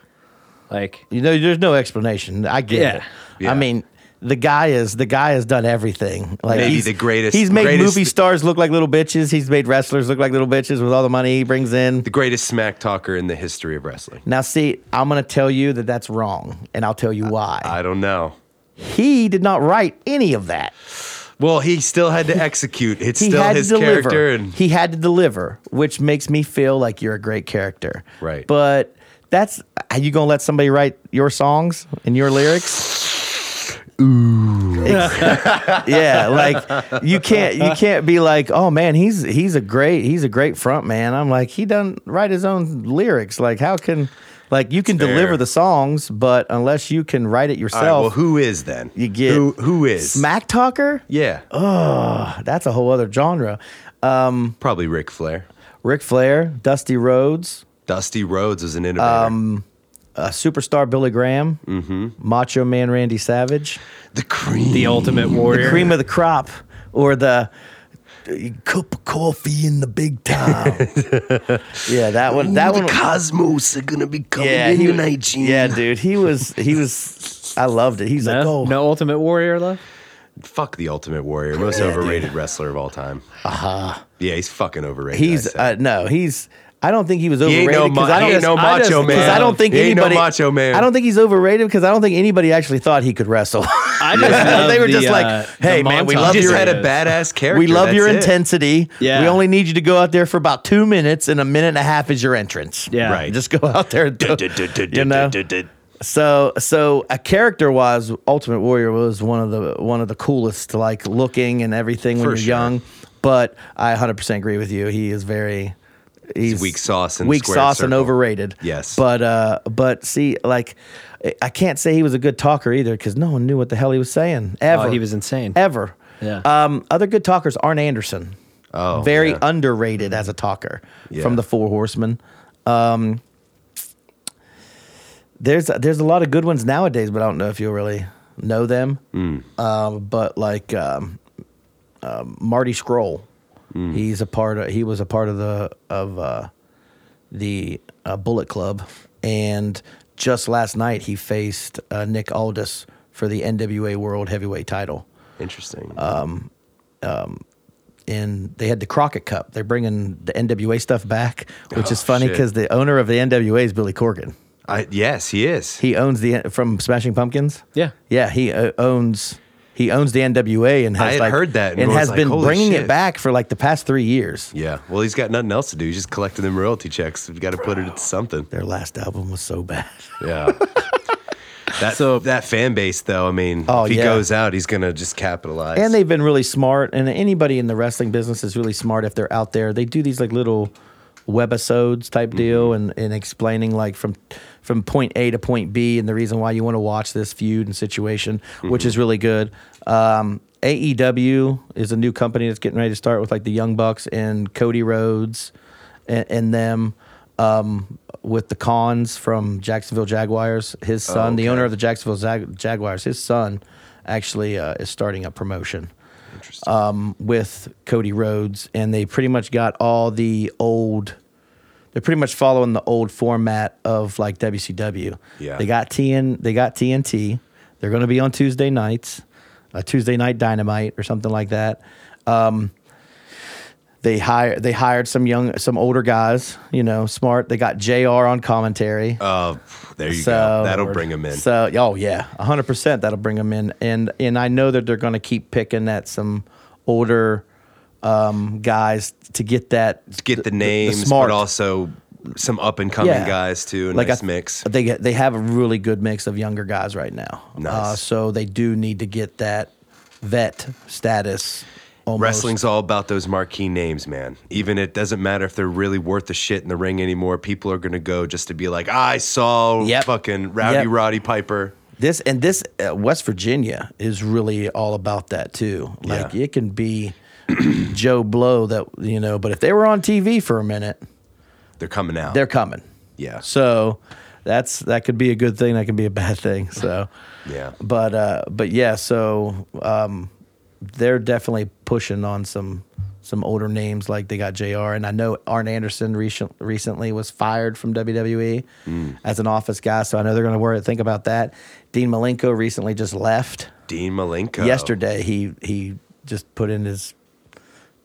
like, You know, there's no explanation. I get Yeah. it. Yeah. I mean, the guy is the guy has done everything. Like Maybe he's- the greatest- He's made greatest- movie stars look like little bitches. He's made wrestlers look like little bitches with all the money he brings in. the greatest smack talker in the history of wrestling. Now, see, I'm going to tell you that that's wrong, and I'll tell you why. I don't know. he did not write any of that. Well, he still had to execute. It's He still had his to deliver. character, and he had to deliver, which makes me feel like you're a great character. Right. But that's are you gonna let somebody write your songs and your lyrics? Ooh. yeah, like you can't you can't be like, oh man, he's he's a great he's a great front man. I'm like, he doesn't write his own lyrics. Like how can like you can Fair. deliver the songs, but unless you can write it All yourself, right, well, who is then? you get who, who is smack talker. Yeah, That's a whole other genre. probably Ric Flair. Ric Flair, Dusty Rhodes, Dusty Rhodes was an innovator. uh, superstar Billy Graham, Mm-hmm. Macho Man Randy Savage, the cream. The Ultimate Warrior. cream of Mm. the crop, or the uh, cup of coffee in the big time. yeah, that one. That one. Cosmos are gonna be coming Yeah, he was- yeah, dude, he was. He was. I loved it. He's like, no, oh, no Ultimate Warrior love. Fuck the Ultimate Warrior, most overrated wrestler of all time. Aha. Yeah, he's fucking overrated. I Uh-huh. he's say. uh, no, he's. I don't think he was he overrated ain't no, ma- I he don't ain't no I macho just- 'cause man. because I don't think he ain't anybody. no macho man. I don't think he's overrated because I don't think anybody actually thought he could wrestle. I just love They were the, just like, uh, "Hey, the man, we montage he love just your- had a videos. badass character. we love your that's it. intensity. Yeah. We only need you to go out there for about two minutes, and a minute and a half is your entrance. Yeah. Right. Just go out there. And do, Du- du- du- du- you know? du- du- du- So so a character wise, Ultimate Warrior was one of the one of the coolest like looking and everything when For you're sure. young. But I 100% agree with you. He is very he's, weak sauce and weak squared sauce and circle. overrated. Yes. But uh but see like I- I can't say he was a good talker either cuz no one knew what the hell he was saying Oh, ever. Oh, he was insane. Ever. Yeah. Um other good talkers Arn Anderson. Oh, very yeah. underrated as a talker from Yeah. the Four Horsemen. Um, there's there's a lot of good ones nowadays, but I don't know if you'll really know them. Mm. Um, but like um, um, Marty Scroll, Mm. he's a part of he was a part of the of uh, the uh, Bullet Club, and just last night he faced uh, Nick Aldis for the NWA World Heavyweight Title, Interesting. uh, and they had the Crockett Cup. They're bringing the NWA stuff back, which is Oh, funny shit. because the owner of the NWA is Billy Corgan. I, yes, he is. He owns the from Smashing Pumpkins. Yeah. yeah. He uh, owns he owns the NWA and has I had like, heard that and and was has like, been "Holy bringing it shit." back for like the past three years. yeah. Well, he's got nothing else to do. He's just collecting them royalty checks. We've got to put it into something. Their last album was so bad. Yeah. That, that fan base, though, I mean, Oh, if he yeah. goes out, he's going to just capitalize. And they've been really smart. And anybody in the wrestling business is really smart if they're out there. They do these like little webisodes type deal and, and explaining like from from point A to point B and the reason why you want to watch this feud and situation, which is really good. Um, AEW is a new company that's getting ready to start with like the Young Bucks and Cody Rhodes and, and them. Um, with the cons from Jacksonville Jaguars, his son, the owner okay. of the Jacksonville Jag- Jaguars, his son actually uh, is starting a promotion um, with Cody Rhodes, and they pretty much got all the old. They're pretty much following the old format of like WCW. Yeah. They got TN. They got TNT. They're going to be on Tuesday nights, a Tuesday night Dynamite or something like that. Um, they hire they hired some young some older guys, you know, smart. They got JR on commentary. Oh, there you So- go. That'll bring him in. So, oh yeah, hundred percent. That'll bring them in, and and I know that they're going to keep picking at some older um, guys to get that Get the names, smart. but also some up and coming Yeah. guys, too. A Like, nice I- mix. They get they have a really good mix of younger guys right now. Nice. Uh, so they do need to get that vet status. Almost. Wrestling's all about those marquee names, man. Even it doesn't matter if they're really worth the shit in the ring anymore. People are gonna go just to be like, I saw Yep. fucking Rowdy Yep. Roddy Piper. This and this uh, West Virginia is really all about that too. Like Yeah. it can be Joe Blow that you know, but if they were on TV for a minute, They're coming out. they're coming. yeah, So that's that could be a good thing. That could be a bad thing. So, yeah. but uh, but yeah. So um, they're definitely pushing on some some older names like they got Jr. And I know Arn Anderson recent, recently was fired from WWE Mm. as an office guy. So I know they're going to worry think about that. Dean Malenko recently just left Dean Malenko. yesterday he he just put in his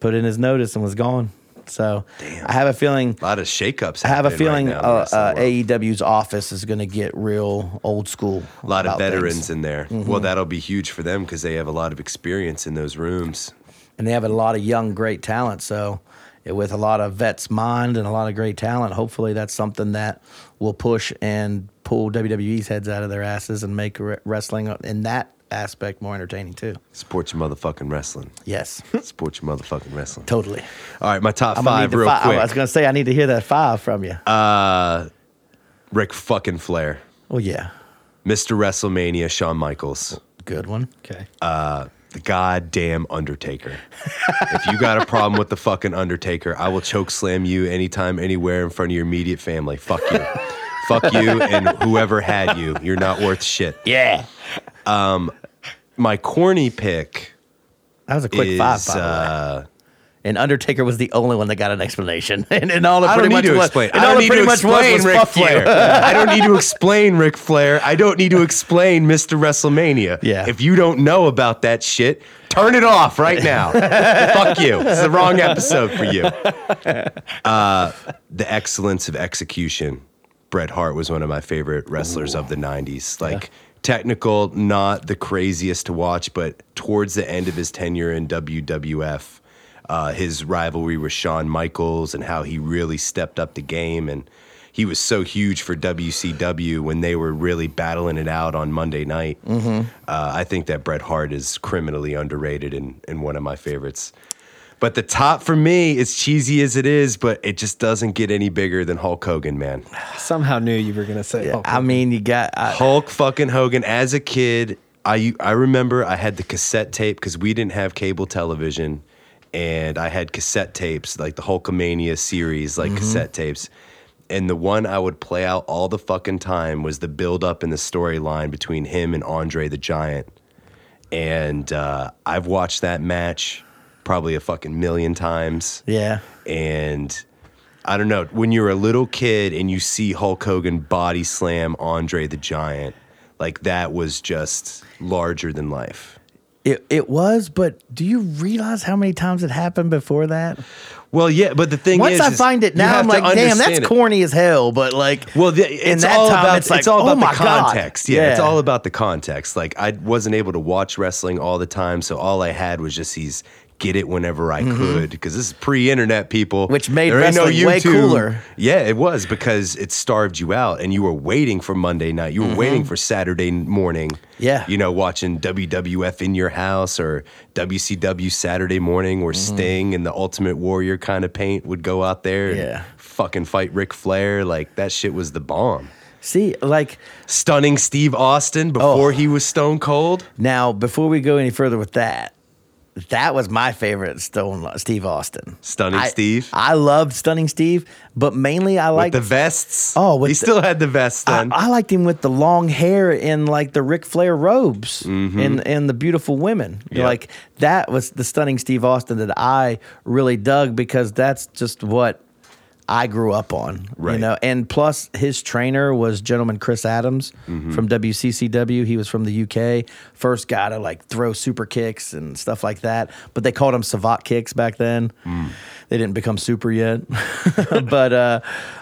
put in his notice and was gone. So I have a feeling a lot of shakeups. I have a feeling Right now in the uh, rest uh, of the world. AEW's office is going to get real old school. a lot of veterans in there. Mm-hmm. Well, that'll be huge for them because they have a lot of experience in those rooms. and they have a lot of young, great talent. So, it- with a lot of vets' mind and a lot of great talent, hopefully that's something that will push and pull WWE's heads out of their asses and make re- wrestling in that aspect more entertaining too. Support your motherfucking wrestling. Yes, Support your motherfucking wrestling. totally. All right, my top I'm gonna need five the real fi- I quick. Uh, was going to say I need to hear that five from you. Rick fucking Flair, well, Oh, yeah, Mr. WrestleMania, Shawn Michaels. good one. Okay. the goddamn Undertaker. if you got a problem with the fucking Undertaker, I will choke slam you anytime, anywhere in front of your immediate family. Fuck you. Fuck you and whoever had you. You're not worth shit. Um, Yeah, My corny pick that was a quick is five. By the way. uh, And Undertaker was the only one that got an explanation. And, and all it I pretty don't much need to was, explain. And I all don't it need pretty to much was explain was Ric Fuck Flair. Flair. I don't need to explain Ric Flair. I don't need to explain Mr. WrestleMania. Yeah. If you don't know about that shit, turn it off right now. Fuck you. It's the wrong episode for you. Uh, the excellence of execution. Bret Hart was one of my favorite wrestlers of the 90s. Like, technical, not the craziest to watch, but towards the end of his tenure in WWF, uh, his rivalry with Shawn Michaels and how he really stepped up the game. And he was so huge for WCW when they were really battling it out on Monday night. Uh, I think that Bret Hart is criminally underrated and, and one of my favorites. But the top for me, as cheesy as it is, but it just doesn't get any bigger than Hulk Hogan, man. Somehow knew you were gonna say. "Oh, Hulk I mean, you got I, Hulk fucking Hogan as a kid. I I remember I had the cassette tape because we didn't have cable television, and I had cassette tapes like the Hulkamania series, like cassette tapes. And the one I would play out all the fucking time was the build up and the storyline between him and Andre the Giant. And uh, I've watched that match probably a fucking million times yeah. and I don't know when you're a little kid and you see Hulk Hogan body slam Andre the Giant, like that was just larger than life. It it was, but do you realize how many times it happened before that? Well, yeah, but the thing Once is, I is find it you now, have I'm to like, damn, that's understand it. corny as hell. But like, Well, the, in it's that all time, about it's like, all about oh my the God. context. Yeah, it's all about the context. Like I wasn't able to watch wrestling all the time, so all I had was just these get it whenever I could because this is pre-internet people, Mm-hmm. Which made ain't wrestling way cooler. Yeah, it was because it starved you out, and you were waiting for Monday night. You were waiting for Saturday morning. Mm-hmm. Yeah. you know, watching WWF in your house or WCW Saturday morning, where Mm-hmm. Sting and the Ultimate Warrior kind of paint would go out there. and Yeah. fucking fight Ric Flair. Like that shit was the bomb. see, like Stunning Steve Austin Oh. before he was Stone Cold. now, before we go any further with that, that was my favorite Stone Steve Austin. Stunning I- Steve. I loved Stunning Steve, but mainly I Like liked the vests. Oh, with he the- still had the vests I, then. I liked him with the long hair and like the Ric Flair robes and and the beautiful women. Mm-hmm. Yep. Like that was the stunning Steve Austin that I really dug because that's just what I grew up on. You Right. know, and plus his trainer was gentleman Chris Adams from WCCW. He was from the UK. First guy to like throw super kicks and stuff like that. But they called them savant kicks back then. They didn't become super yet. but uh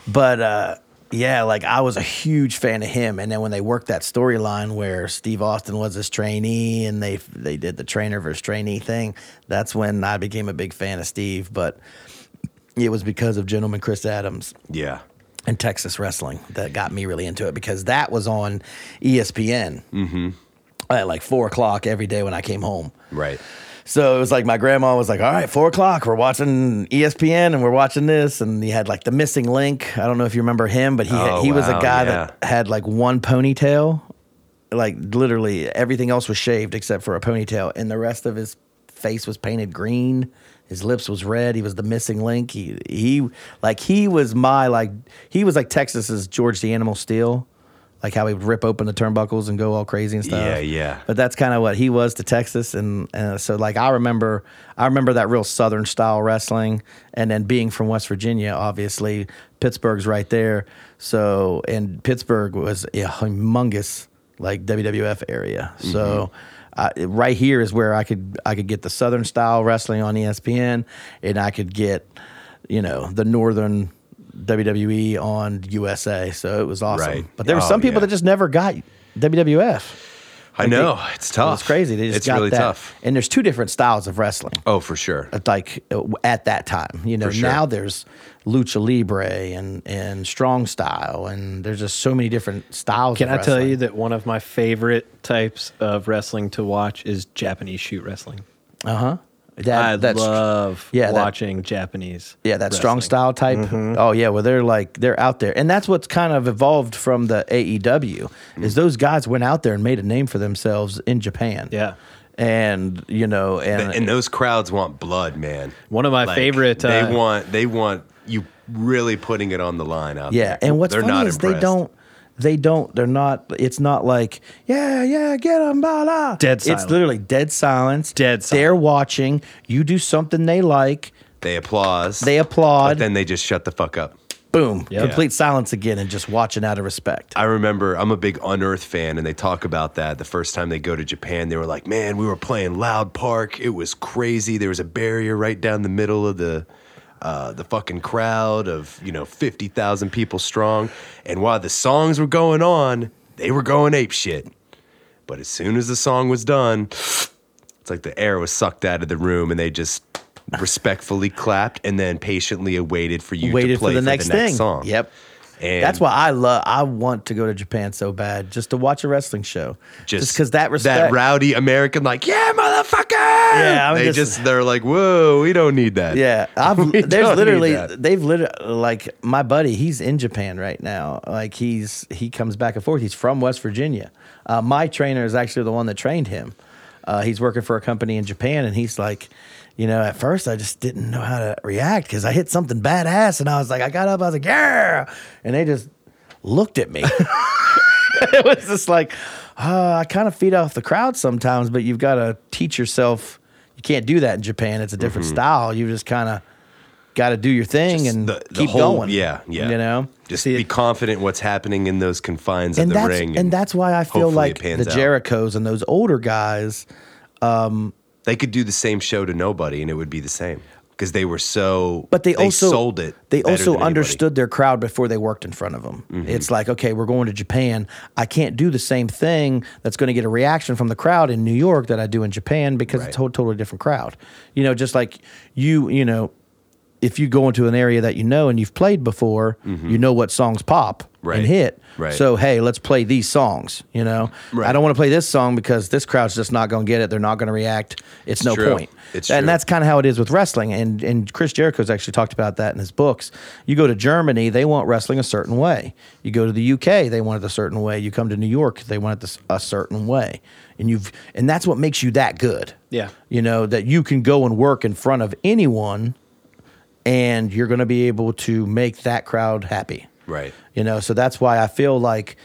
but uh yeah, like I was a huge fan of him, and then when they worked that storyline where Steve Austin was his trainee, and they they did the trainer versus trainee thing, that's when I became a big fan of Steve. But it was because of Gentleman Chris Adams yeah. and Texas wrestling that got me really into it because that was on E ESPN at like four o'clock every day when I came home. Right. So it was like my grandma was like, "All right, four o'clock, we're watching E ESPN and we're watching this." And he had like the missing link. I don't know if you remember him, but he Oh, he was a wow, guy that yeah. had like one ponytail, like literally everything else was shaved except for a ponytail, and the rest of his face was painted green. His lips was red. He was the missing link. He he like he was my like he was like Texas's George the Animal Steel. Like how he would rip open the turnbuckles and go all crazy and stuff Yeah, yeah. but that's kind of what he was to Texas, and uh, so like I remember, I remember that real Southern style wrestling, and then being from West Virginia, obviously Pittsburgh's right there, so and Pittsburgh was a humongous like WWF area, Mm-hmm. so. Uh, right here is where I could I could get the Southern style wrestling on E ESPN, and I could get, you know, the Northern WWE on USA. So it was awesome. Right. But there were Oh, some people yeah. that just never got WWF. I know. it's tough. It's crazy. They just Oh, it's got really that. tough. And there's two different styles of wrestling. Oh, for sure. at, Like uh, at that time, you know. For sure. Now there's lucha libre and and strong style, and there's just so many different styles. Can of I tell wrestling. you that one of my favorite types of wrestling to watch is Japanese shoot wrestling? that I that's- love yeah, that- watching Japanese. Yeah, that strong wrestling. style type. Mm-hmm. Oh yeah, well they're like they're out there, and that's what's kind of evolved from the AEW Mm. is those guys went out there and made a name for themselves in Japan. Yeah. and you know, and, And those crowds want blood, man. One of my Like, favorite. They uh, want. They want you really putting it on the line out Yeah, there. and what's They're funny not is they impressed. don't. They don't. They're not. It's not like yeah, yeah, get them, blah, blah. Dead It's silent. literally dead silence. Dead They're silent. watching. You do something they like. They applaud. They But applaud. then they just shut the fuck up. boom. Yeah. Complete silence again, and just watching out of respect. I remember I'm a big Unearth fan, and they talk about that. The first time they go to Japan, they were like, "Man, we were playing Loud Park. It was crazy. There was a barrier right down the middle of the." Uh, the fucking crowd of you know fifty thousand people strong, and while the songs were going on, they were going ape shit. But as soon as the song was done, it's like the air was sucked out of the room, and they just respectfully clapped and then patiently awaited for you Waited to for play the next thing. song. Yep. And That's why I love. I want to go to Japan so bad, just to watch a wrestling show, just because that respect. that rowdy American, like, yeah, motherfucker. Yeah, I mean, they just- just, they're like, whoa, we don't need that. Yeah, We I've don't there's need literally that. they've literally like my buddy. He's in Japan right now. Like he's he comes back and forth. He's from West Virginia. Uh, my trainer is actually the one that trained him. Uh, he's working for a company in Japan, and he's like, you know, at first I just didn't know how to react because I hit something badass, and I was like, I got up, I was like, yeah, and they just looked at me. it was just like, uh, I kind of feed off the crowd sometimes, but you've got to teach yourself. You can't do that in Japan. It's a different style. You just kind of got to do your thing Mm-hmm. Just and the- the keep whole- going. Yeah, yeah. You know, just See, be confident what's happening in those confines and of the that's ring. and, that's why I feel hopefully like it the pans out. Jerichos and those older guys. they could do the same show to nobody and it would be the same because they were so. But they, also sold it. They better than also anybody. Mm-hmm. understood their crowd before they worked in front of them. It's like, okay, we're going to Japan. I can't do the same thing that's going to get a reaction from the crowd in New York that I do in Japan because it's a Right. totally different crowd. You know, just like you, you know, if you go into an area that you know and you've played before, you know what songs pop Mm-hmm. Right. and hit. Right. So hey, let's play these songs. You know, Right. I don't want to play this song because this crowd's just not going to get it. They're not going to react. It's, no true. point. It's and true. that's kind of how it is with wrestling. And and Chris Jericho's actually talked about that in his books. You go to Germany, they want wrestling a certain way. You go to the UK, they want it a certain way. You come to New York, they want it this, a certain way. And you've and that's what makes you that good. Yeah. you know that you can go and work in front of anyone, and you're going to be able to make that crowd happy. Right. You know, so that's why I feel like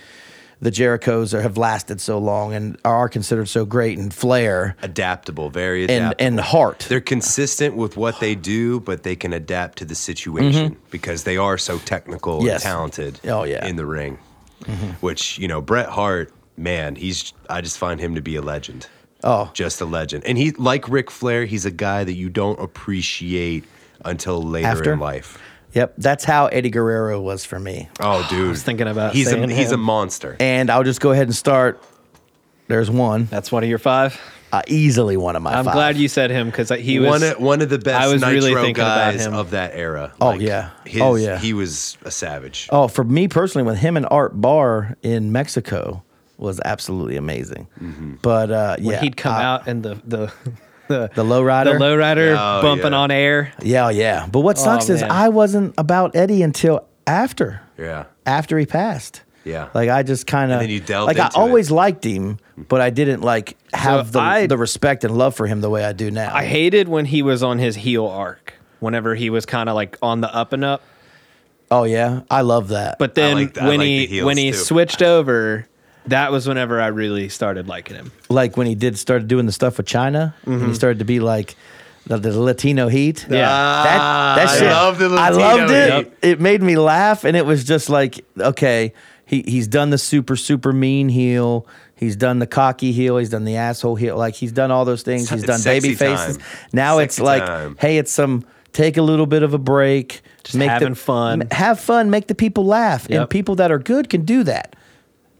the Jerichos are, have lasted so long and are considered so great and flair Adaptable, very and adaptable. and heart. They're consistent with what they do, but they can adapt to the situation because they are so technical Yes. and talented Oh, yeah. in the ring. Which, you know, Bret Hart, man, he's I just find him to be a legend. Oh. Just a legend. And he like Ric Flair, he's a guy that you don't appreciate until later After? in life. Yep, that's how Eddie Guerrero was for me. Oh dude. I was thinking about he's a saying he's a him. monster. And I'll just go ahead and start. There's one, That's one of your five. uh, easily one of my. I'm five. glad you said him because he was one of, one of the best I was Nitro really thinking about guys him. of that era. Oh, yeah. his- Oh, yeah. He was a savage. Oh, for me personally, with him and Art Barr in Mexico was absolutely amazing. But uh, yeah, Mm-hmm. when he'd come I- out and the the the, the lowrider. the lowrider Oh, bumping yeah. on air. yeah, yeah. But what sucks is man. I wasn't about Eddie until after. Yeah. after he passed. Yeah. Like I just kind of then you delved like into I it. Mm-hmm. always liked him, but I didn't like have So the I- the respect and love for him the way I do now. I hated when he was on his heel arc. Whenever he was kind of like on the up and up, oh yeah, I love that. but then like- I when like the he heels when he too. switched over, that was whenever I really started liking him. like when he did started doing the stuff with China, and Mm-hmm. he started to be like the, the Latino heat. Yeah. that, that Ah, I shit. love the I loved Latino it. heat. It made me laugh, and it was just like, okay, he he's done the super super mean heel. He's done the cocky heel. He's done the asshole heel. Like he's done all those things. It's- He's it's done sexy baby faces. time. Now it's Sexy like, time. hey, it's some take a little bit of a break. Just having fun. Have fun. Make the people laugh, and Yep. people that are good can do that.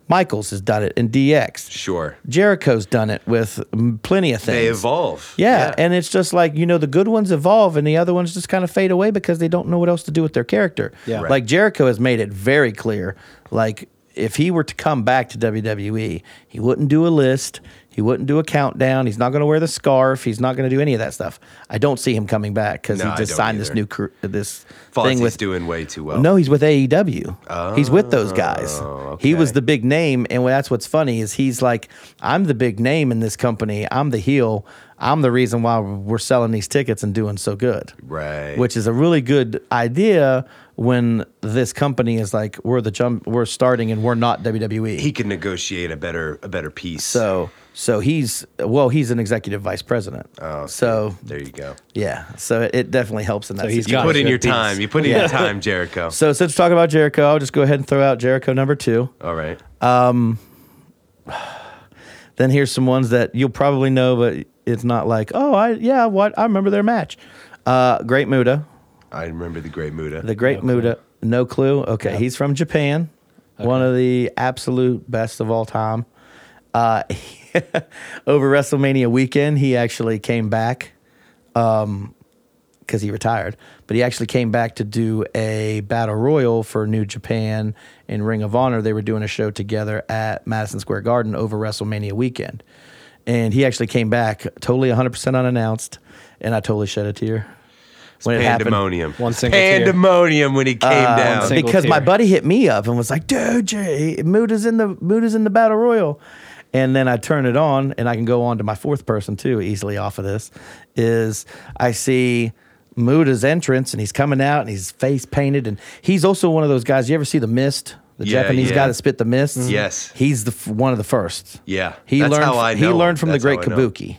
Michaels has done it in DX. Sure. Jericho's done it with mm, plenty of things. They evolve. Yeah, and it's just like you know the good ones evolve and the other ones just kind of fade away because they don't know what else to do with their character. Yeah. Right. like Jericho has made it very clear. Like if he were to come back to WWE, he wouldn't do a list. He wouldn't do a countdown. He's not going to wear the scarf. He's not going to do any of that stuff. I don't see him coming back because No, he I just don't signed this either. new car- this Fonzie's thing with doing way too well. no, he's with AEW. he's with those guys. He was Oh, okay. the big name, and that's what's funny is he's like, I'm the big name in this company. I'm the heel. I'm the reason why we're selling these tickets and doing so good. Right. Which is a really good idea when this company is like, we're the jump, we're starting, and we're not WWE. he can negotiate a better a better piece. so, so he's well, he's an executive vice president. Oh, so there you go. yeah, so it, it definitely helps in that. he's situation. got Put in good your piece. time. You put in your time, Jericho. so since we're talking about Jericho, I'll just go ahead and throw out Jericho number two. All right. Then here's some ones that you'll probably know, but it's not like, oh, I yeah, what I remember their match. Uh, Great Muda, I remember the Great Muda. the Great Muda, no clue. Okay, he's from Japan, one of the absolute best of all time. Uh, over WrestleMania weekend, he actually came back because um, he retired, but he actually came back to do a battle royal for New Japan and Ring of Honor. They were doing a show together at Madison Square Garden over WrestleMania weekend. And he actually came back totally 100% unannounced, and I totally shed a tear. When it happened. pandemonium. One single tear. pandemonium when he came Um, down. single- because my tier. buddy hit me up and was like, "Dude, Jay, Muda's in the Muda's in the battle royal," and then I turn it on, and I can go on to my fourth person too easily off of this. Is I see Muda's entrance, and he's coming out, and he's face painted, and he's also one of those guys. You ever see the mist? The Yeah, Japanese yeah. guy that spit the mist. Yes. he's the f- one of the first. Yeah, he that's learned. how I he know him. learned from That's the great how I know him. Kabuki.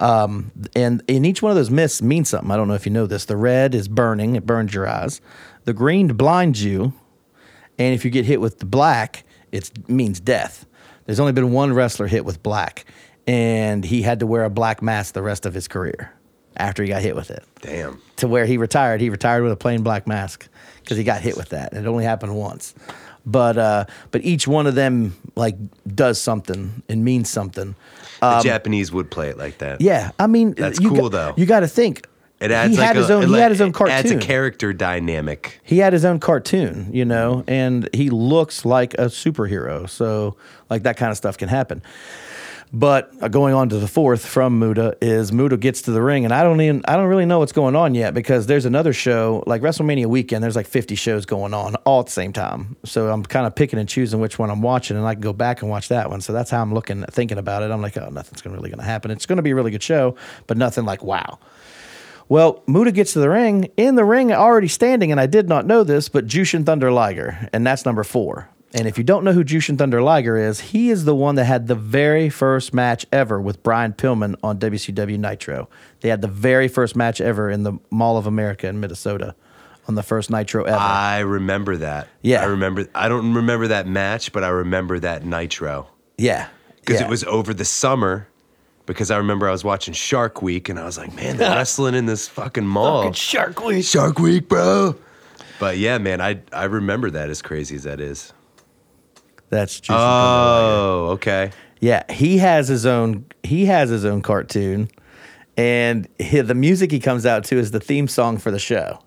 Um, And in each one of those mists means something. I don't know if you know this. The red is burning, it burns your eyes. The green blinds you. And if you get hit with the black, it means death. There's only been one wrestler hit with black, and he had to wear a black mask the rest of his career after he got hit with it. Damn. To where he retired, he retired with a plain black mask because he got hit with that. It only happened once, but uh, but each one of them like does something and means something. The Japanese would play it like that. Um, Yeah, I mean, That's you cool, got- though. You got to think. It adds he like had a, his own. it He like- had his own It adds a cartoon. character dynamic. he had his own cartoon, you know, and he looks like a superhero. So, like that kind of stuff can happen. But uh, going on to the fourth from Muda is Muda gets to the ring, and I don't even I don't really know what's going on yet because there's another show like WrestleMania weekend. There's like 50 shows going on all at the same time, so I'm kind of picking and choosing which one I'm watching, and I can go back and watch that one. So that's how I'm looking thinking about it. I'm like, oh, nothing's gonna really gonna happen. It's gonna be a really good show, but nothing like wow. Well, Muda gets to the ring. In the ring, already standing, and I did not know this, but Jushin Thunder Liger, and that's number four. And if you don't know who Jushin Thunder Liger is, he is the one that had the very first match ever with Brian Pillman on WCW Nitro. They had the very first match ever in the Mall of America in Minnesota on the first Nitro ever. I remember that. Yeah. I remember. I don't remember that match, but I remember that Nitro yeah. because Yeah. it was over the summer. Because I remember I was watching Shark Week and I was like, man, they're wrestling in this fucking mall. Shark Week. Shark Week, bro. But yeah, man, I I remember that as crazy as that is. that's Jushin Thunder Liger. Oh, okay. Yeah, he has his own. He has his own cartoon, and he, the music he comes out to is the theme song for the show.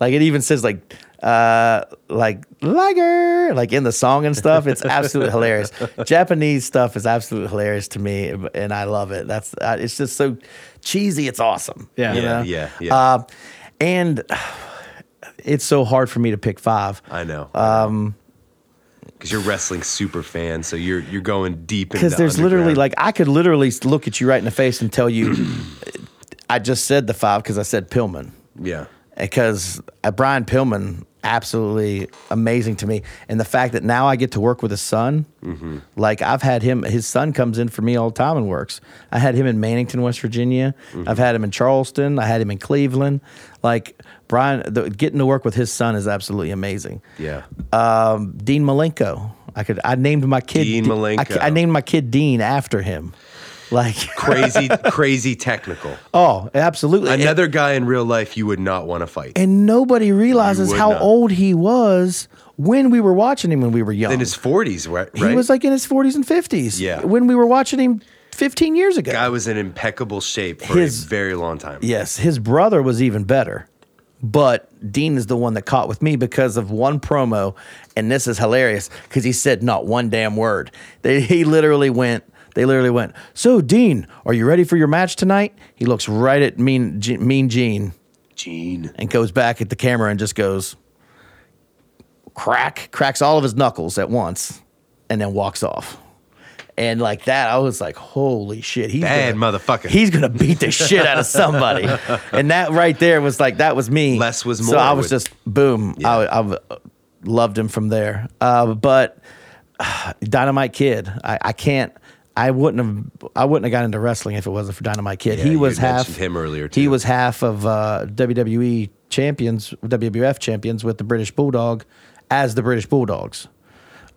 Like it even says like uh like Liger like in the song and stuff. It's absolutely hilarious. Japanese stuff is absolutely hilarious to me, and I love it. That's uh, it's just so cheesy. It's awesome. Yeah. you Yeah, know? yeah, yeah. Uh, and it's so hard for me to pick five. I know. Um, because you're a wrestling super fan, so you're you're going deep. into because there's literally underground. like I could literally look at you right in the face and tell you, I just said the five because I said Pillman yeah, because uh, Brian Pillman absolutely amazing to me, and the fact that now I get to work with his son, like I've had him. His son comes in for me all the time and works. I had him in Mannington, West Virginia. I've had him in Charleston. I had him in Cleveland. Like Brian, the, getting to work with his son is absolutely amazing. yeah. Dean Malenko. I could. I named my kid Dean De- Malenko. I, I named my kid Dean after him. Like, crazy, crazy technical. oh, absolutely. And- Another guy in real life you would not want to fight. and, nobody realizes would how not. old he was when we were watching him when we were young. in his forties, right? he was like in his forties and fifties. Yeah. when we were watching him fifteen years ago. guy was in impeccable shape for His- a very long time. Yes, his brother was even better. But Dean is the one that caught with me because of one promo, and this is hilarious because he said not one damn word. They, he literally went. They literally went. So Dean, are you ready for your match tonight? He looks right at Mean Ge- Mean Gene Gene. and goes back at the camera and just goes crack, cracks all of his knuckles at once, and then walks off. And like that, I was like, "Holy shit!" He's Bad gonna- motherfucker. He's gonna beat the shit out of somebody. and that right there was like that was me. Less was So more I was with- just boom. I, I loved him from there. Uh, but Dynamite Kid, I, I can't. I wouldn't have. I wouldn't have gotten into wrestling if it wasn't for Dynamite Kid. Yeah, he you was had half mentioned him earlier, He too. was half of uh, WWE champions, WWF champions with the British Bulldog, as the British Bulldogs.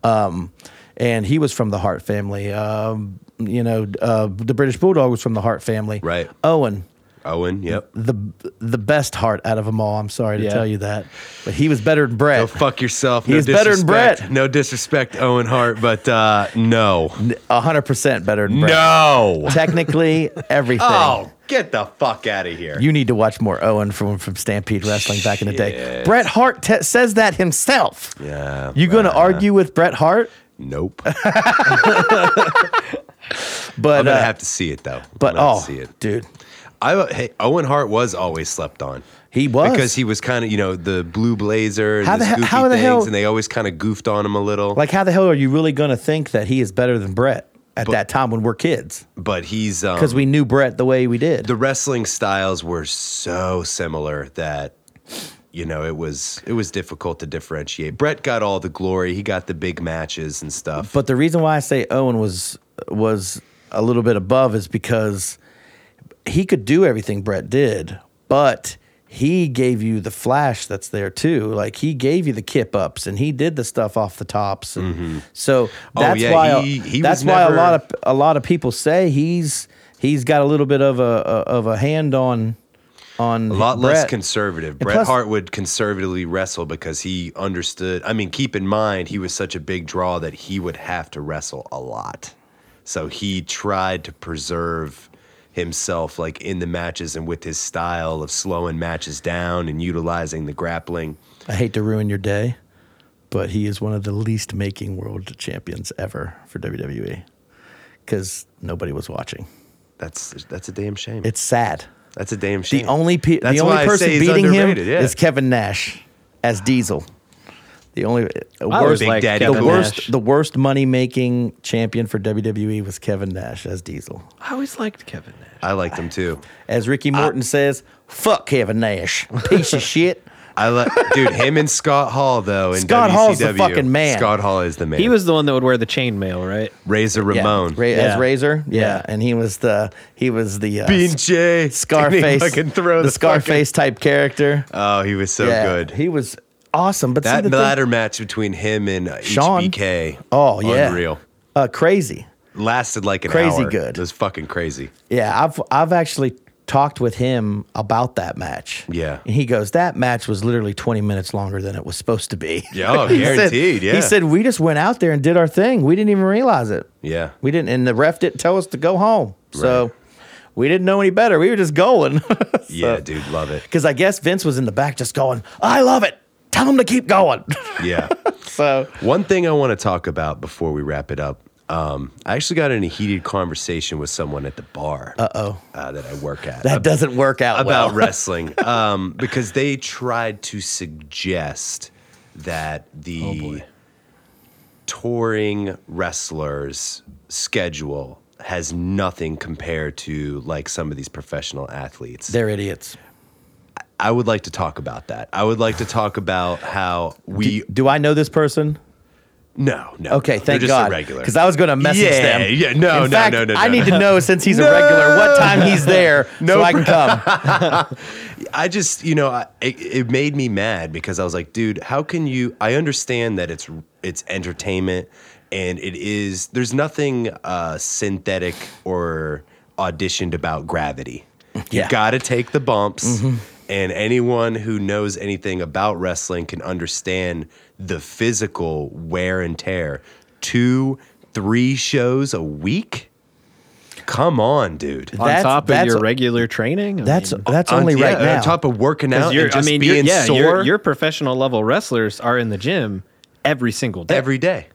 Um, and he was from the Hart family. Um, you know, uh, the British Bulldog was from the Hart family. Right. Owen Owen, yep. the the best heart out of them all. I'm sorry to Yeah. tell you that, but he was better than Brett. Go fuck yourself. No He's better than disrespect. Brett. No disrespect, Owen Hart, but uh, no. A hundred percent better than Brett. No. Technically, everything. Oh, get the fuck out of here. You need to watch more Owen from from Stampede Wrestling back in the day. Bret Hart te- says that himself. yeah. You going to uh, argue with Bret Hart? Nope. But I'm gonna uh, have to see it though. I'm but gonna have oh, to see it. dude, I hey, Owen Hart was always slept on. He was. because he was kind of you know the blue blazer and How the, the he- goofy how the things, hell- and they always kind of goofed on him a little. like how the hell are you really going to think that he is better than Brett at that time when we're kids? but he's um, Because we knew Brett the way we did. the wrestling styles were so similar that you know it was it was difficult to differentiate. Brett got all the glory. He got the big matches and stuff. But the reason why I say Owen was was a little bit above is because he could do everything Brett did, but he gave you the flash that's there too. Like he gave you the kip ups and he did the stuff off the tops, and so Oh, that's yeah, why he- he that's was why never- a lot of a lot of people say he's he's got a little bit of a, a of a hand on on a lot less Brett. conservative. Bret plus- Hart would conservatively wrestle because he understood. I mean, keep in mind he was such a big draw that he would have to wrestle a lot. So he tried to preserve himself like in the matches and with his style of slowing matches down and utilizing the grappling. I hate to ruin your day, but he is one of the least making world champions ever for WWE because nobody was watching. That's that's a damn shame. It's sad. that's a damn The shame. only pe- That's the only why I person say he's beating him underrated, yeah. is Kevin Nash as Diesel. The only uh, I always worst, Big liked Daddy the Kevin Cool. worst, Nash. the worst money making champion for WWE was Kevin Nash as Diesel. I always liked Kevin Nash. I liked him too. As Ricky Morton says, "Fuck Kevin Nash, piece of shit." I like dude him and Scott Hall though. In Scott WCW, Hall's the fucking man. Scott Hall is the man. He was the one that would wear the chainmail, right? Razor Ramon. Ra- Yeah. as Razor. Yeah. Yeah. and he was the he was the uh, Pinche Scarface, Fucking throw the, the, Scarface type character. fucking- oh, he was so yeah, good. He was awesome. But that see, the thing- ladder match between him and uh, Sean. HBK. oh yeah, unreal. uh, crazy. Lasted like an Crazy hour. good. It was fucking crazy. Yeah, I've I've actually talked with him about that match. Yeah. and he goes, that match was literally twenty minutes longer than it was supposed to be. Yeah, oh, He said- guaranteed, yeah. he said we just went out there and did our thing. We didn't even realize it. Yeah. we didn't, and the ref didn't tell us to go home. So. Right. We didn't know any better. We were just going. Yeah, dude, love it. because I guess Vince was in the back just going, "I love it. Tell him to keep going." Yeah. so One thing I want to talk about before we wrap it up. Um, I actually got in a heated conversation with someone at the bar. Uh-oh. that I work at. Oh, that doesn't work out about well. wrestling um, because they tried to suggest that Oh, the touring wrestlers schedule has nothing compared to like some of these professional athletes. They're idiots. I would like to talk about that. I would like to talk about how we Do I know this person? no no Okay, they're thank just God. a regular Because I was going to message Yeah, them. yeah, no, In no, fact, no, no, I no, need no. to know since he's a regular what time he's there so I can come. I just, you know, I, it, it made me mad because I was like, dude, how can you? I understand that it's it's entertainment, and it is. There's nothing uh, synthetic or auditioned about gravity. Yeah. You got to take the bumps, and anyone who knows anything about wrestling can understand the physical wear and tear. Two, three shows a week. Come on, dude. That's- on top of that's- your regular training. I That's mean, that's On- only yeah, right now. On top of working 'cause out you're- and just I mean, you're- being yeah, sore. your your professional level wrestlers are in the gym every single day. every day.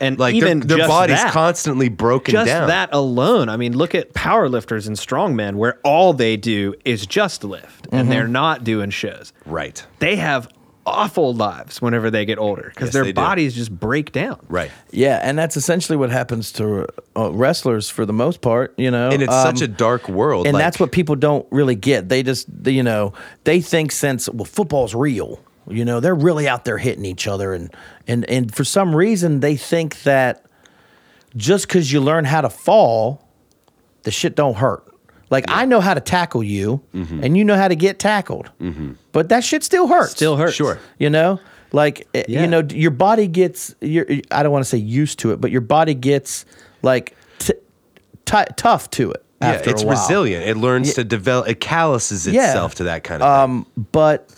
and Like even their, their just body's that, constantly broken Just down. that alone. I mean, look at powerlifters and strongmen, where all they do is just lift, Mm-hmm. and they're not doing shows. Right. They have awful lives whenever they get older because Yes, they their do. bodies just break down. Right. yeah, and that's essentially what happens to uh, wrestlers for the most part. You know, And it's such Um, a dark world. and like, that's what people don't really get. They just, they- you know, they think since well, football's real. You know, they're really out there hitting each other, and and and for some reason they think that just because you learn how to fall, the shit don't hurt. Like I know how to tackle you, Mm-hmm. and you know how to get tackled, but that shit still hurts. Still hurts. Sure. You know, like eh, Yeah. you know, d- your body gets. Your I don't want to say used to it, but your body gets like t- t- tough to it. after yeah, it's a while. resilient. It learns to develop. It calluses Yeah. itself to that kind of thing. Um, but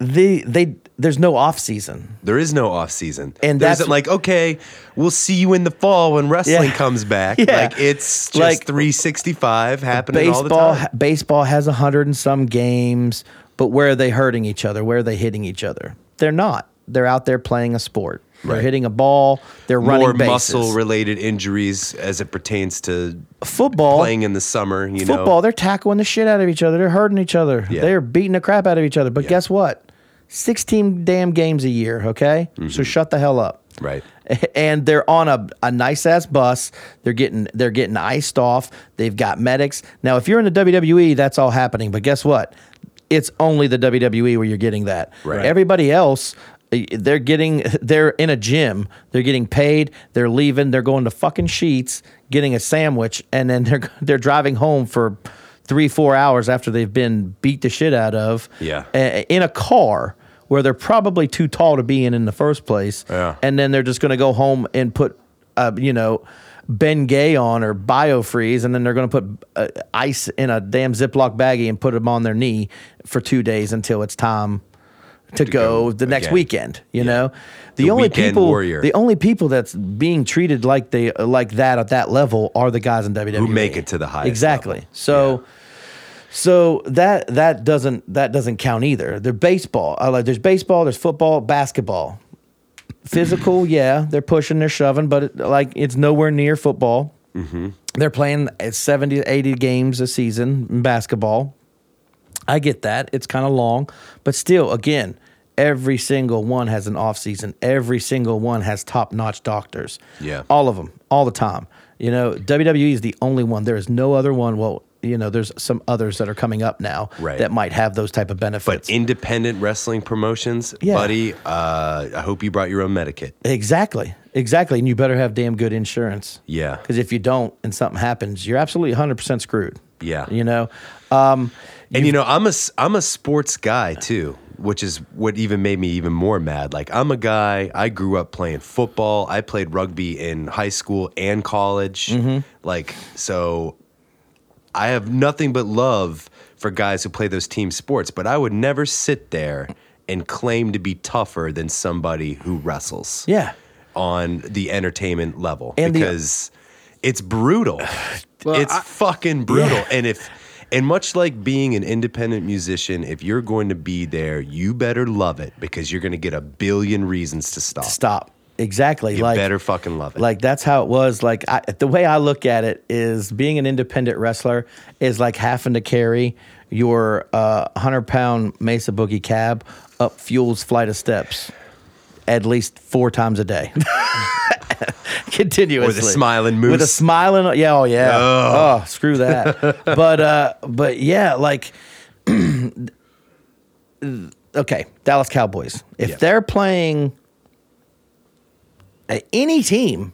the they there's no off season. There is no off season. And there that's- isn't like, okay, we'll see you in the fall when wrestling Yeah. comes back. Yeah. Like it's just Like, 365 happening all the Baseball time. ha- baseball has a hundred and some games, but where are they hurting each other? Where are they hitting each other? They're not. They're out there playing a sport. They're Right. hitting a ball. They're running More bases. muscle related injuries as it pertains to football. playing in the summer. You football, know, they're tackling the shit out of each other. They're hurting each other. Yeah. They're beating the crap out of each other. But guess what? 16 damn games a year, okay? Mm-hmm. So shut the hell up. right? And they're on a, a nice ass bus. They're getting they're getting iced off. They've got medics. Now, if you're in the WWE, that's all happening. But guess what? It's only the WWE where you're getting that. Right. Everybody else, eh, they're getting they're in a gym. They're getting paid. They're leaving. They're going to fucking sheets, getting a sandwich, and then they're they're driving home for three four hours after they've been beat the shit out of. Yeah. eh, in a car. Where they're probably too tall to be in in the first place, Yeah. and then they're just going to go home and put, uh, you know, Ben Gay on or Biofreeze, and then they're going to put uh, ice in a damn Ziploc baggie and put them on their knee for two days until it's time to, go, go the next again. weekend. You know, the, The only weekend people, warrior. the only people that's being treated like they like that at that level are the guys in WWE make it to the highest E. Exactly. level. So. So that that doesn't that doesn't count either. They're baseball. I like there's baseball, there's football, basketball. Physical, yeah, they're pushing, they're shoving, but it, like it's nowhere near football. Mm-hmm. They're playing at 70 to 80 games a season in basketball. I get that. It's kind of long, but still again, every single one has an off season. Every single one has top-notch doctors. Yeah. All of them, all the time. You know, WWE is the only one. There is no other one. Well, you know, there's some others that are coming up now Right. that might have those type of benefits. But independent wrestling promotions, Yeah. buddy. Uh, I hope you brought your own medikit. exactly. Exactly. And you better have damn good insurance. Yeah. Because if you don't and something happens, you're absolutely 100% screwed. Yeah. You know, um, And you know, I'm a s- I'm a sports guy too, which is what even made me even more mad. Like I'm a guy. I grew up playing football. I played rugby in high school and college. Like so, I have nothing but love for guys who play those team sports. But I would never sit there and claim to be tougher than somebody who wrestles. yeah. On the entertainment level, And the- because it's brutal. Well, it's I- fucking brutal. Yeah. And if and much like being an independent musician, if you're going to be there, you better love it because you're going to get a billion reasons to stop. Stop. Exactly. You like better fucking love it. Like that's how it was. Like I, the way I look at it is being an independent wrestler is like having to carry your uh, hundred pound Mesa Boogie cab up Fuel's flight of steps at least four times a day. Continuously. With a smiling moose. With a smiling yeah, oh yeah. Oh, screw that. but uh but yeah, like okay, Dallas Cowboys. If Yeah. they're playing at any team,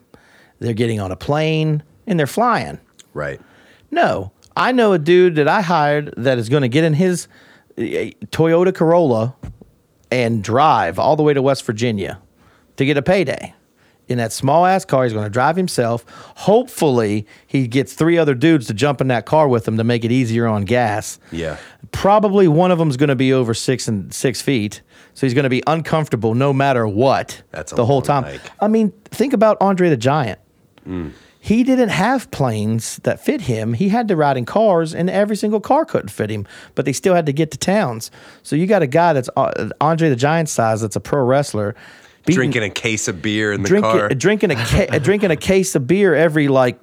they're getting on a plane and they're flying. right. No, I know a dude that I hired that is going to get in his uh, Toyota Corolla and drive all the way to West Virginia to get a payday. In that small ass car, he's going to drive himself. Hopefully, he gets three other dudes to jump in that car with him to make it easier on gas. Yeah. Probably one of them's going to be over six and six feet, so he's going to be uncomfortable no matter what. That's a the whole time. long hike. I mean, think about Andre the Giant. He didn't have planes that fit him. He had to ride in cars, and every single car couldn't fit him. But they still had to get to towns. So you got a guy that's uh, Andre the Giant size, that's a pro wrestler, beating- Drinking a case of beer in the drinking car. drinking a ca- drinking a case of beer every like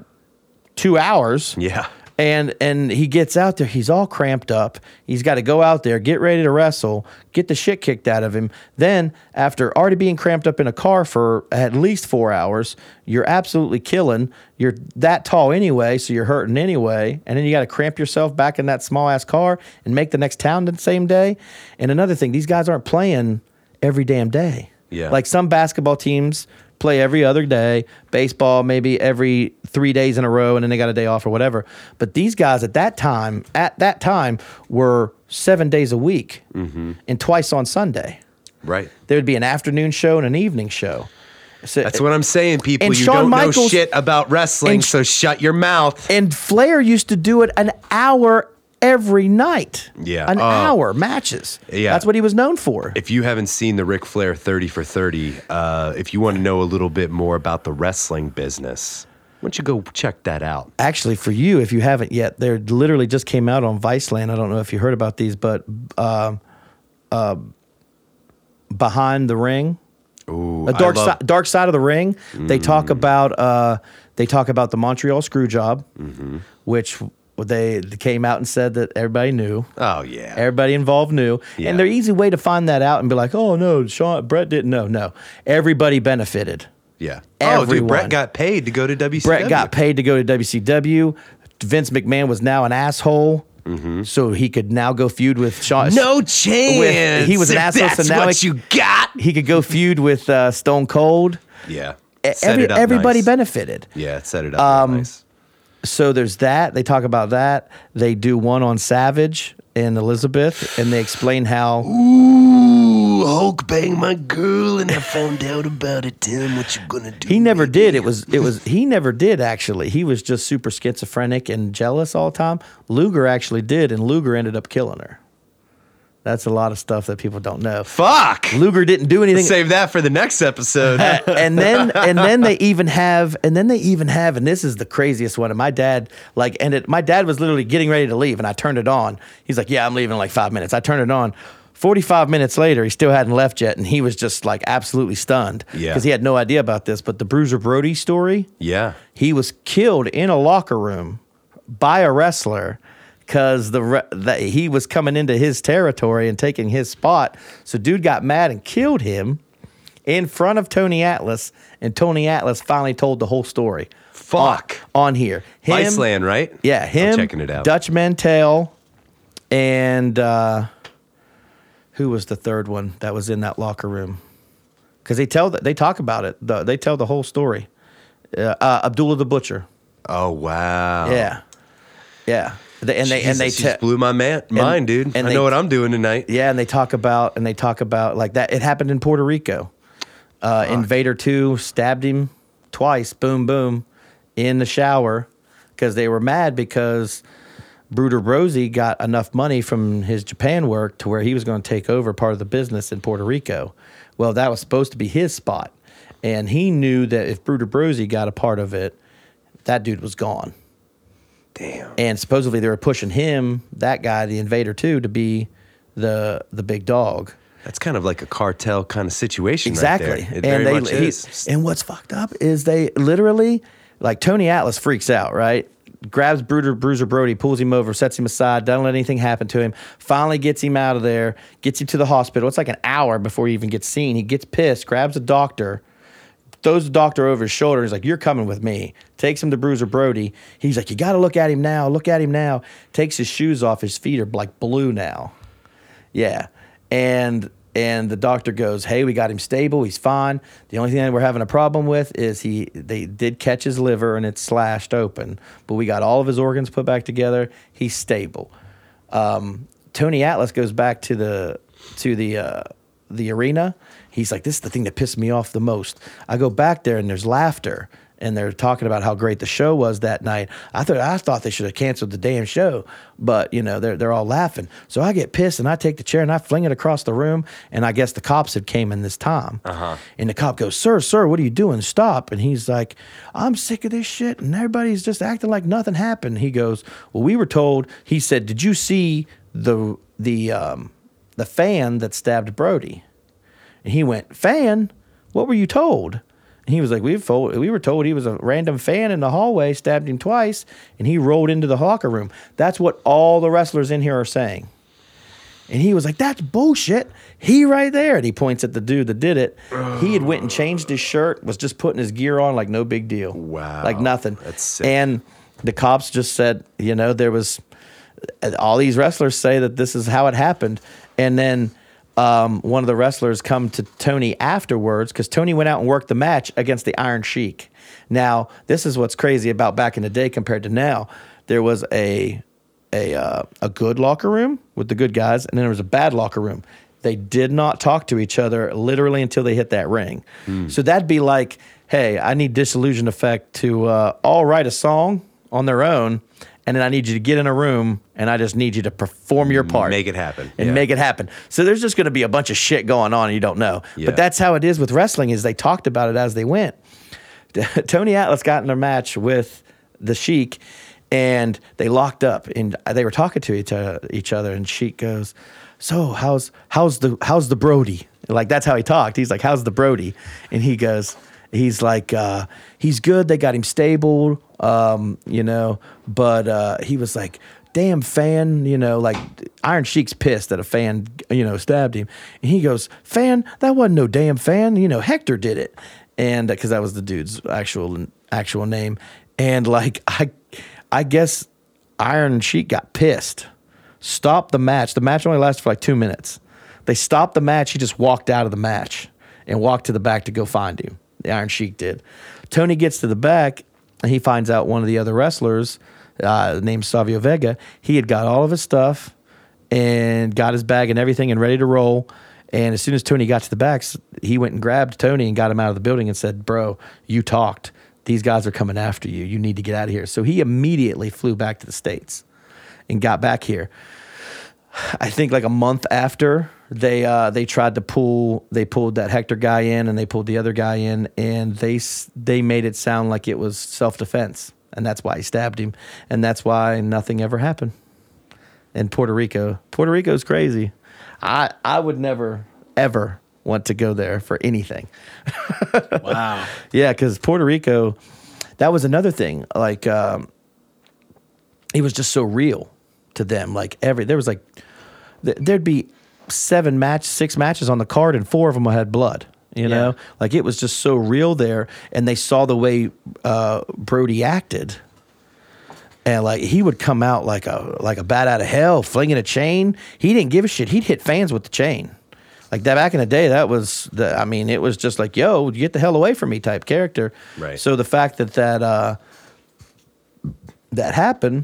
two hours yeah. and and he gets out there he's all cramped up he's got to go out there get ready to wrestle get the shit kicked out of him then after already being cramped up in a car for at least four hours you're absolutely killing you're that tall anyway so you're hurting anyway and then you got to cramp yourself back in that small ass car and make the next town the same day and another thing these guys aren't playing every damn day Yeah. like some basketball teams play every other day, baseball maybe every three days in a row, and then they got a day off or whatever. But these guys at that time, at that time, were seven days a week Mm-hmm. and twice on Sunday. Right. There would be an afternoon show and an evening show. So- That's what I'm saying, people. And you Shawn don't know Michaels- shit about wrestling, and sh- so shut your mouth. And Flair used to do it an hour every night. Yeah. An Oh. hour matches. Yeah. That's what he was known for. If you haven't seen the Ric Flair 30 for 30, uh, if you want to know a little bit more about the wrestling business, why don't you go check that out? Actually, for you, if you haven't yet, they literally just came out on Viceland. I don't know if you heard about these, but uh, uh, Behind the Ring. Ooh, a dark I love- Mm. side, dark side of the ring. They talk about uh, they talk about the Montreal screw job, Mm-hmm. which they came out and said that everybody knew. Oh, yeah. Everybody involved knew, Yeah. and their easy way to find that out and be like, "Oh no, Sean Brett didn't know." No, everybody benefited. yeah. Oh, dude, everyone. Brett got paid to go to WCW. Brett got paid to go to WCW. Vince McMahon was now an asshole, so he could now go feud with Sean. No chance. he was an if asshole, so That's now what he- you got. he could go feud with uh, Stone Cold. Yeah. E- Set every- it up everybody nice. benefited. Yeah, set it up nice. so there's that. They talk about that. They do one on Savage and Elizabeth, and they explain how Ooh, Hulk banged my girl and I found out about it. Tell him what you're gonna do. he never did. It was it was he never did actually. He was just super schizophrenic and jealous all the time. Luger actually did, and Luger ended up killing her. That's a lot of stuff that people don't know. Fuck. Luger didn't do anything. Save that for the next episode. and then and then they even have and then they even have and this is the craziest one and my dad like and it my dad was literally getting ready to leave and i turned it on he's like yeah i'm leaving in like five minutes i turned it on 45 minutes later he still hadn't left yet and he was just like absolutely stunned Yeah. because he had no idea about this but the bruiser brody story yeah. he was killed in a locker room by a wrestler because the, re- that he was coming into his territory and taking his spot. So dude got mad and killed him in front of Tony Atlas, and Tony Atlas finally told the whole story. Fuck. on, on here. Him, Iceland, right? yeah, I'm him, checking it out. Dutch Mantel, and uh, who was the third one that was in that locker room? Because they tell that they talk about it. The, they tell the whole story. Uh, uh, Abdullah the Butcher. Oh wow. Yeah, yeah. They- and they and they Jesus, you just te- blew my man mind, dude. and I they- know what I'm doing tonight. yeah, and they talk about and they talk about like that. It happened in Puerto Rico. Uh, Invader two stabbed him twice. Boom, boom, in the shower because they were mad because Bruder Rosie got enough money from his Japan work to where he was going to take over part of the business in Puerto Rico. Well, that was supposed to be his spot, and he knew that if Bruder Rosie got a part of it, that dude was gone. Damn. and supposedly they were pushing him, that guy, the invader too, to be the the big dog. That's kind of like a cartel kind of situation, Exactly. Right there. It and very they much he- is. and what's fucked up is they literally like Tony Atlas freaks out, right? Grabs Bruiser Bruiser Brody, pulls him over, sets him aside, doesn't let anything happen to him. Finally gets him out of there, gets him to the hospital. It's like an hour before he even gets seen. He gets pissed, grabs a doctor, throws the doctor over his shoulder. He's like, You're coming with me. Takes him to Bruiser Brody. He's like, You got to look at him now. Look at him now. Takes his shoes off. His feet are like blue now. Yeah. And and the doctor goes, "Hey, we got him stable. He's fine. The only thing that we're having a problem with is he they did catch his liver and it's slashed open, but we got all of his organs put back together. He's stable." Um, Tony Atlas goes back to the to the uh, the arena. He's like, "This is the thing that pissed me off the most." I go back there and there's laughter. And they're talking about how great the show was that night. I thought I thought they should have canceled the damn show, but you know they're they're all laughing. So I get pissed and I take the chair and I fling it across the room. And I guess the cops had came in this time. And the cop goes, "Sir, sir, what are you doing? Stop!" And he's like, "I'm sick of this shit, and everybody's just acting like nothing happened." He goes, "Well, we were told." He said, "Did you see the the um, the fan that stabbed Brody?" And he went, Fan, what were you told? And he was like, we, fo- we were told he was a random fan in the hallway, stabbed him twice, and he rolled into the locker room. That's what all the wrestlers in here are saying. And he was like, "That's bullshit." He right there, and he points at the dude that did it. He had went and changed his shirt, was just putting his gear on like no big deal, Wow. like nothing. That's sick. And the cops just said, you know, there was all these wrestlers say that this is how it happened, and then um, one of the wrestlers come to Tony afterwards because Tony went out and worked the match against the Iron Sheik. Now, this is what's crazy about back in the day compared to now. There was a a uh, a good locker room with the good guys, and then there was a bad locker room. They did not talk to each other literally until they hit that ring. Hmm. So that'd be like, hey, I need Disillusion Effect to uh, all write a song on their own, and then I need you to get in a room and I just need you to perform your part, Mm, Make it happen. and Yeah. make it happen. So there's just going to be a bunch of shit going on and you don't know. Yeah. But that's how it is with wrestling is they talked about it as they went. Tony Atlas got in a match with the Sheik, and they locked up, and they were talking to each other. Each other, and Sheik goes, "So how's how's the how's the Brody?" Like that's how he talked. He's like, "How's the Brody?" And he goes, "He's like, uh, he's good. They got him stable, um, you know." But uh, he was like. Damn fan, you know, like Iron Sheik's pissed that a fan, you know, stabbed him. And he goes, Fan, that wasn't no damn fan. You know, Hector did it and because that was the dude's actual actual name, and like I, I guess Iron Sheik got pissed, stopped the match. The match only lasted for like two minutes. They stopped the match. He just walked out of the match and walked to the back to go find him. The Iron Sheik did. Tony gets to the back and he finds out one of the other wrestlers uh, named Savio Vega. He had got all of his stuff and got his bag and everything and ready to roll. And as soon as Tony got to the backs, he went and grabbed Tony and got him out of the building and said, Bro, you talked. These guys are coming after you. You need to get out of here. So he immediately flew back to the States and got back here. I think like a month after they uh, they tried to pull they pulled that Hector guy in and they pulled the other guy in and they s- they made it sound like it was self defense and that's why he stabbed him and that's why nothing ever happened in Puerto Rico. Puerto Rico's crazy. I I would never ever want to go there for anything. Wow. Yeah, because Puerto Rico, that was another thing. Like, um, it was just so real to them. Like every there was like, th- there'd be seven match, six matches on the card, and four of them had blood. You know, like it was just so real there, and they saw the way uh, Brody acted and like he would come out like a like a bat out of hell, flinging a chain. He didn't give a shit. He'd hit fans with the chain. Like that back in the day, that was the. I mean, it was just like, yo, get the hell away from me type character. Right. So the fact that that uh, that happened,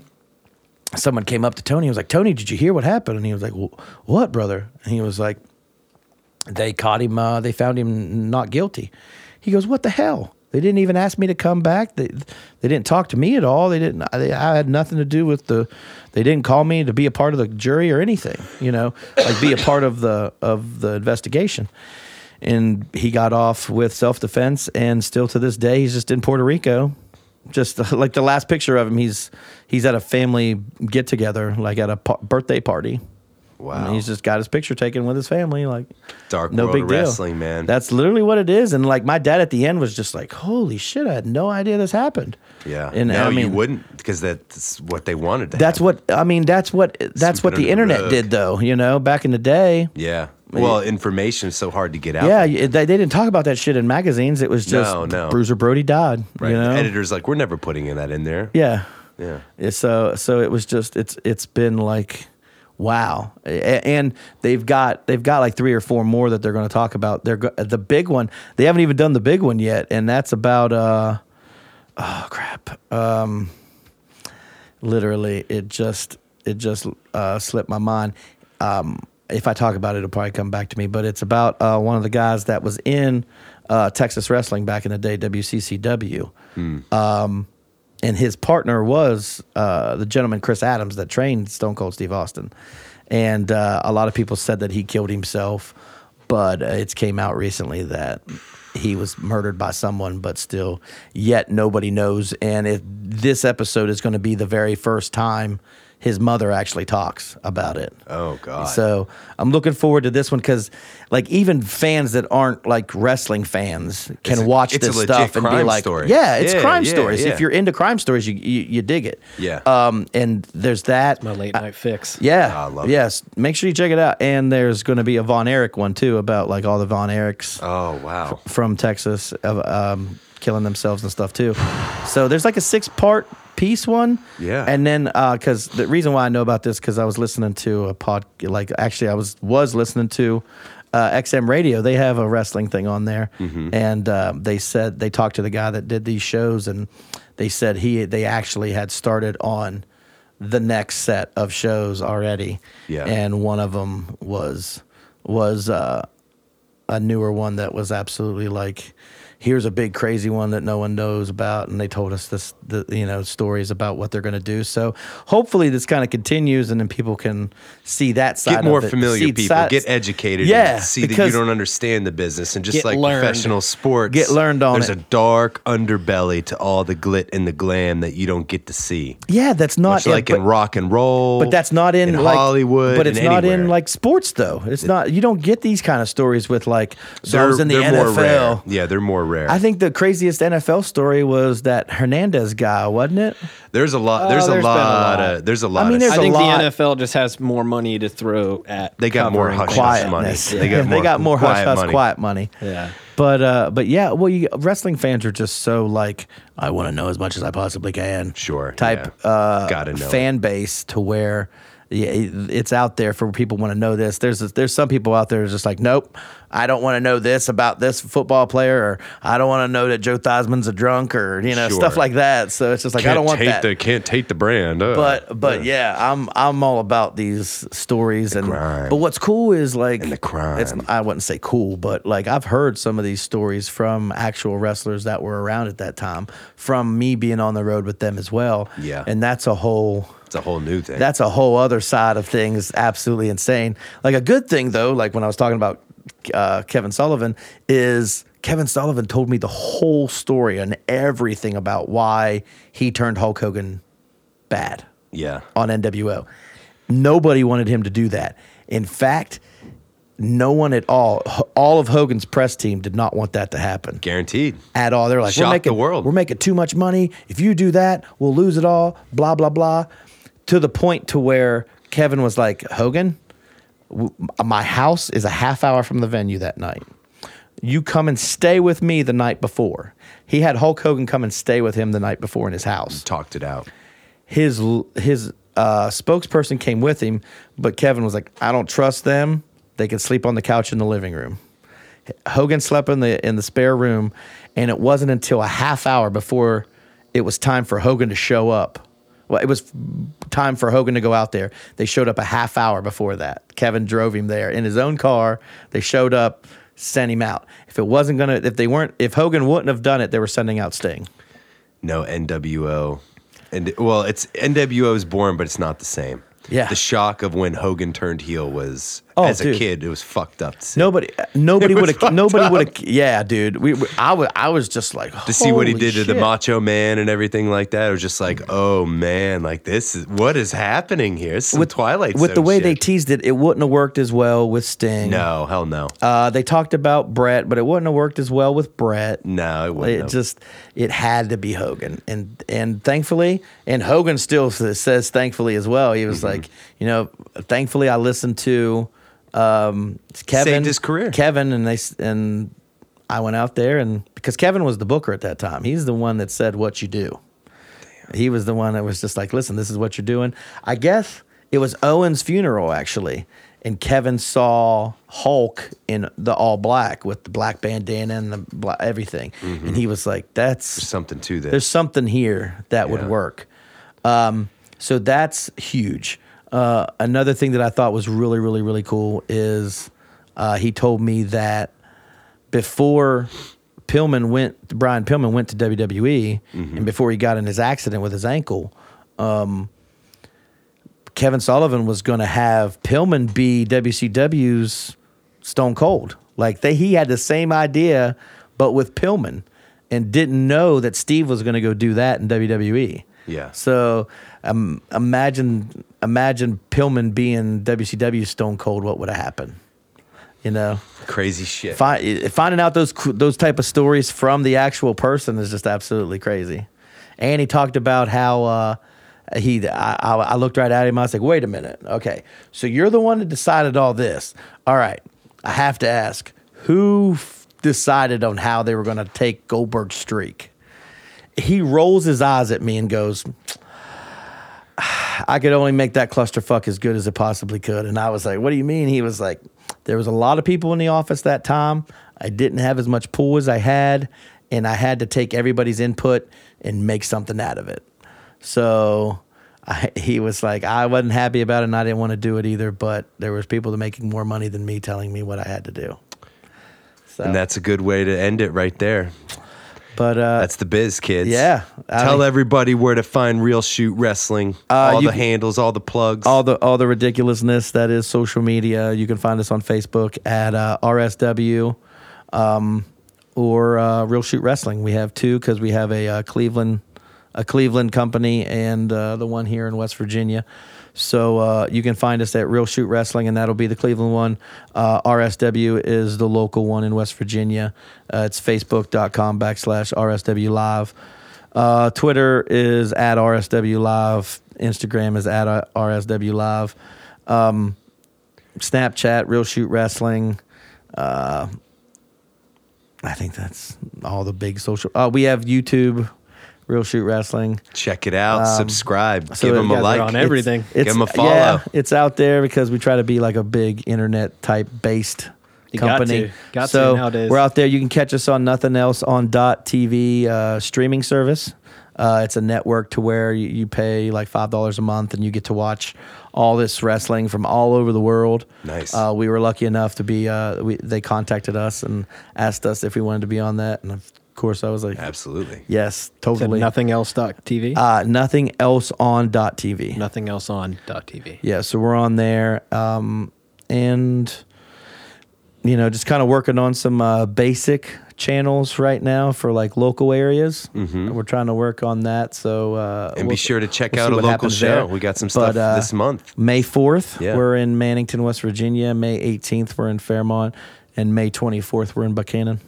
someone came up to Tony. and was like, Tony, did you hear what happened? And he was like, "Wh- What, brother? And he was like, They caught him. Uh, they found him not guilty. He goes, What the hell? They didn't even ask me to come back. They they didn't talk to me at all. They didn't. I, they, I had nothing to do with the. They didn't call me to be a part of the jury or anything. You know, like be a part of the of the investigation. And he got off with self defense, and still to this day, he's just in Puerto Rico just like the last picture of him, he's he's at a family get together, like at a pa- birthday party. Wow. And he's just got his picture taken with his family, like Dark no world big of deal. wrestling, man. That's literally what it is. And like my dad at the end was just like, "Holy shit, I had no idea this happened." yeah. and no, I mean, you wouldn't because that's what they wanted to that's happen. what I mean. That's what that's what Sweep it the under the internet rug. did, though. You know, back in the day. Yeah. Well, information's so hard to get out. Yeah, there. you- they, they didn't talk about that shit in magazines. It was just No, no. Bruiser Brody died. Right. You know? The editor's like, we're never putting in that in there. Yeah. Yeah. Yeah, So so it was just it's it's been like wow, A- and they've got they've got like three or four more that they're going to talk about. They're go- the big one. They haven't even done the big one yet, and that's about uh oh crap. Um, literally, it just it just uh, slipped my mind. Um, if I talk about it, it'll probably come back to me. But it's about uh, one of the guys that was in uh, Texas wrestling back in the day, WCCW and his partner was uh, the gentleman Chris Adams that trained Stone Cold Steve Austin, and uh, a lot of people said that he killed himself, but uh, it's came out recently that he was murdered by someone, but still, yet nobody knows. And it, this episode is going to be the very first time his mother actually talks about it. Oh, God. So I'm looking forward to this one because, like, even fans that aren't like wrestling fans can It's a- watch it's a this legit stuff and be crime like, story. "Yeah, it's Yeah, crime yeah, stories." yeah. If you're into crime stories, you you, you dig it. Yeah. Um, and there's that. My late night fix. Yeah. I love it. yes. Make sure you check it out. And there's going to be a Von Erich one too about like all the Von Erichs Oh, wow. from Texas of um, killing themselves and stuff too. So there's like a six part piece one. Yeah. And then because the reason why I know about this because I was listening to a pod like actually I was was listening to. Uh, XM Radio, they have a wrestling thing on there, Mm-hmm. and uh, they said they talked to the guy that did these shows, and they said he they actually had started on the next set of shows already, Yeah. and one of them was was uh, a newer one that was absolutely like, here's a big crazy one that no one knows about, and they told us this, the you know, stories about what they're going to do. So hopefully this kind of continues, and then people can see that side. Get more of it, familiar see people. side- get educated. Yeah, and see that you because- don't understand the business, and just Get like learned. professional sports, Get learned on There's it. a dark underbelly to all the glit and the glam that you don't get to see. Yeah, that's not Much it, like but- in rock and roll, But that's not in, like, Hollywood. But it's and not in anywhere. like sports though. It's not. You don't get these kind of stories with like. So I They're- was in the they're More rare. NFL. Yeah, they're more rare. I think the craziest NFL story was that Hernandez guy, wasn't it? there's a Oh, lot. There's, there's a, been a lot lot. of. There's a lot. mean, of there's I a think lot. the NFL just has more money to throw at. They got more covering hush hush money. Quietness. They got more, hush hush money. quiet money. Yeah. But uh, but yeah, well, you, wrestling fans are just so like, I want to know as much as I possibly can. Sure, Type yeah. uh, Gotta know fan base to where yeah, it's out there for people want to know this. There's there's some people out there who's just like, nope, I don't want to know this about this football player, or I don't want to know that Joe Theismann's a drunk, or you know Sure. stuff like that. So it's just like I don't want take that. The, can't take the brand. uh, but but yeah. I'm I'm all about these stories and crime. but what's cool is like And the crime. It's, I wouldn't say cool, but like I've heard some of these stories from actual wrestlers that were around at that time, from me being on the road with them as well. Yeah. and that's a whole it's a whole new thing. that's a whole other side of things. Absolutely insane. Like a good thing though, like when I was talking about uh, Kevin Sullivan, is Kevin Sullivan told me the whole story and everything about why he turned Hulk Hogan bad yeah. on NWO. Nobody wanted him to do that. In fact, no one at all, H- all of Hogan's press team did not want that to happen Guaranteed. at all. They're like, Shock we're the making world. We're making too much money. If you do that, we'll lose it all. Blah blah blah. To the point to where Kevin was like, Hogan, w- my house is a half hour from the venue that night. You come and stay with me the night before. He had Hulk Hogan come and stay with him the night before in his house Talked it out. his his uh, spokesperson came with him, but Kevin was like, "I don't trust them. They can sleep on the couch in the living room." Hogan slept in the in the spare room, and it wasn't until a half hour before it was time for Hogan to show up. Well, it was time for Hogan to go out there. They showed up a half hour before that. Kevin drove him there in his own car. They showed up, sent him out. If it wasn't gonna, if they weren't, if Hogan wouldn't have done it, they were sending out Sting. No NWO. And well, it's NWO is born, but it's not the same. Yeah. The shock of when Hogan turned heel was Oh, as a dude. kid, it was fucked up. To see. Nobody, uh, nobody It was would have. fucked Nobody would have. Yeah, dude. We, we, I was, I was just like to see what he did to the Macho Man and everything like that, it was just like, oh man, like this is what is happening here. It's with with Twilight With the Zone way they shit. teased it, it wouldn't have worked as well with Sting. no, hell no, Uh, they talked about Brett, but it wouldn't have worked as well with Brett. no, it wouldn't. It have. just, it had to be Hogan, and and thankfully, and Hogan still s- says thankfully as well. He was Mm-hmm. like, you know, thankfully I listened to um, Kevin his career. Kevin, and they s- and I went out there and because Kevin was the booker at that time, he's the one that said what you do. He was the one that was just like, listen, this is what you're doing. I guess it was Owen's funeral actually. And Kevin saw Hulk in the all black with the black bandana and the black, everything. And he was like, that's something to this. there's something here that Yeah. would work. Um, so that's huge. Uh, another thing that I thought was really, really, really cool is uh, he told me that before Pillman went, Brian Pillman went to WWE, and before he got in his accident with his ankle, um, Kevin Sullivan was going to have Pillman be WCW's Stone Cold. Like they, he had the same idea, but with Pillman, and didn't know that Steve was going to go do that in WWE. Yeah. So um, imagine, imagine Pillman being WCW Stone Cold. What would have happened? You know crazy shit. find, finding out those those type of stories from the actual person is just absolutely crazy. And he talked about how uh, he. I, I I looked right at him. I was like, "Wait a minute. Okay, so you're the one that decided all this. All right, I have to ask who f- decided on how they were going to take Goldberg's streak." He rolls his eyes at me and goes. I could only make that clusterfuck as good as it possibly could. And I was like, what do you mean? He was like, there was a lot of people in the office that time. I didn't have as much pull as I had, and I had to take everybody's input and make something out of it. So I, he was like, I wasn't happy about it, and I didn't want to do it either. But there was people that making more money than me telling me what I had to do. So, And that's a good way to end it right there. but uh, That's the biz, kids. Yeah. I Tell mean- Uh, everybody where to find Real Shoot Wrestling. all you the can- handles, all the plugs. all the all the ridiculousness that is social media. You can find us on Facebook at uh, RSW um, or uh, Real Shoot Wrestling. We have two because we have a uh, Cleveland a Cleveland company and uh, the one here in West Virginia. So uh, you can find us at Real Shoot Wrestling, and that'll be the Cleveland one. Uh, RSW is the local one in West Virginia. Uh, it's facebook.com backslash RSW Live. Uh, Twitter is at RSW Live. Instagram is at uh, RSW Live. Um, Snapchat, Real Shoot Wrestling. Uh, I think that's all the big social. Uh, we have YouTube, Real Shoot Wrestling. Check it out. um, subscribe. so give it- them yeah, a they're like. on every- Everything. It's, it's, Give 'em a Yeah, follow. it's out there because we try to be like a big internet type based You got company. to. Got to so nowadays. we're out there. You can catch us on nothing else on dot TV uh, streaming service. Uh, it's a network to where you, you pay like five dollars a month and you get to watch all this wrestling from all over the world. Nice. Uh, we were lucky enough to be. Uh, we, they contacted us and asked us if we wanted to be on that, and of course I was like, Absolutely. yes, Said totally. nothing else dot TV. Uh, nothing else on dot TV. nothing else on dot TV. Yeah, so we're on there, um, and you know, just kind of working on some uh, basic channels right now for like local areas. We're trying to work on that. So uh, Mm-hmm. And be we'll- sure to check we'll see out a what local happens show. there. We got some But, stuff uh, this month. May fourth, Yeah. we're in Mannington, West Virginia. May eighteenth, we're in Fairmont, and May twenty fourth, we're in Buchanan.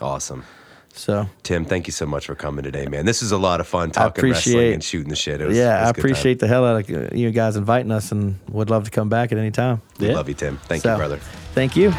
Awesome. So Tim, thank you so much for coming today, man. This was a lot of fun talking appreciate- wrestling and shooting the shit. It was, it yeah, was I a good time. appreciate the hell out of you guys inviting us, and would love to come back at any time. We love you, Tim. Thank So, you, brother. Thank you.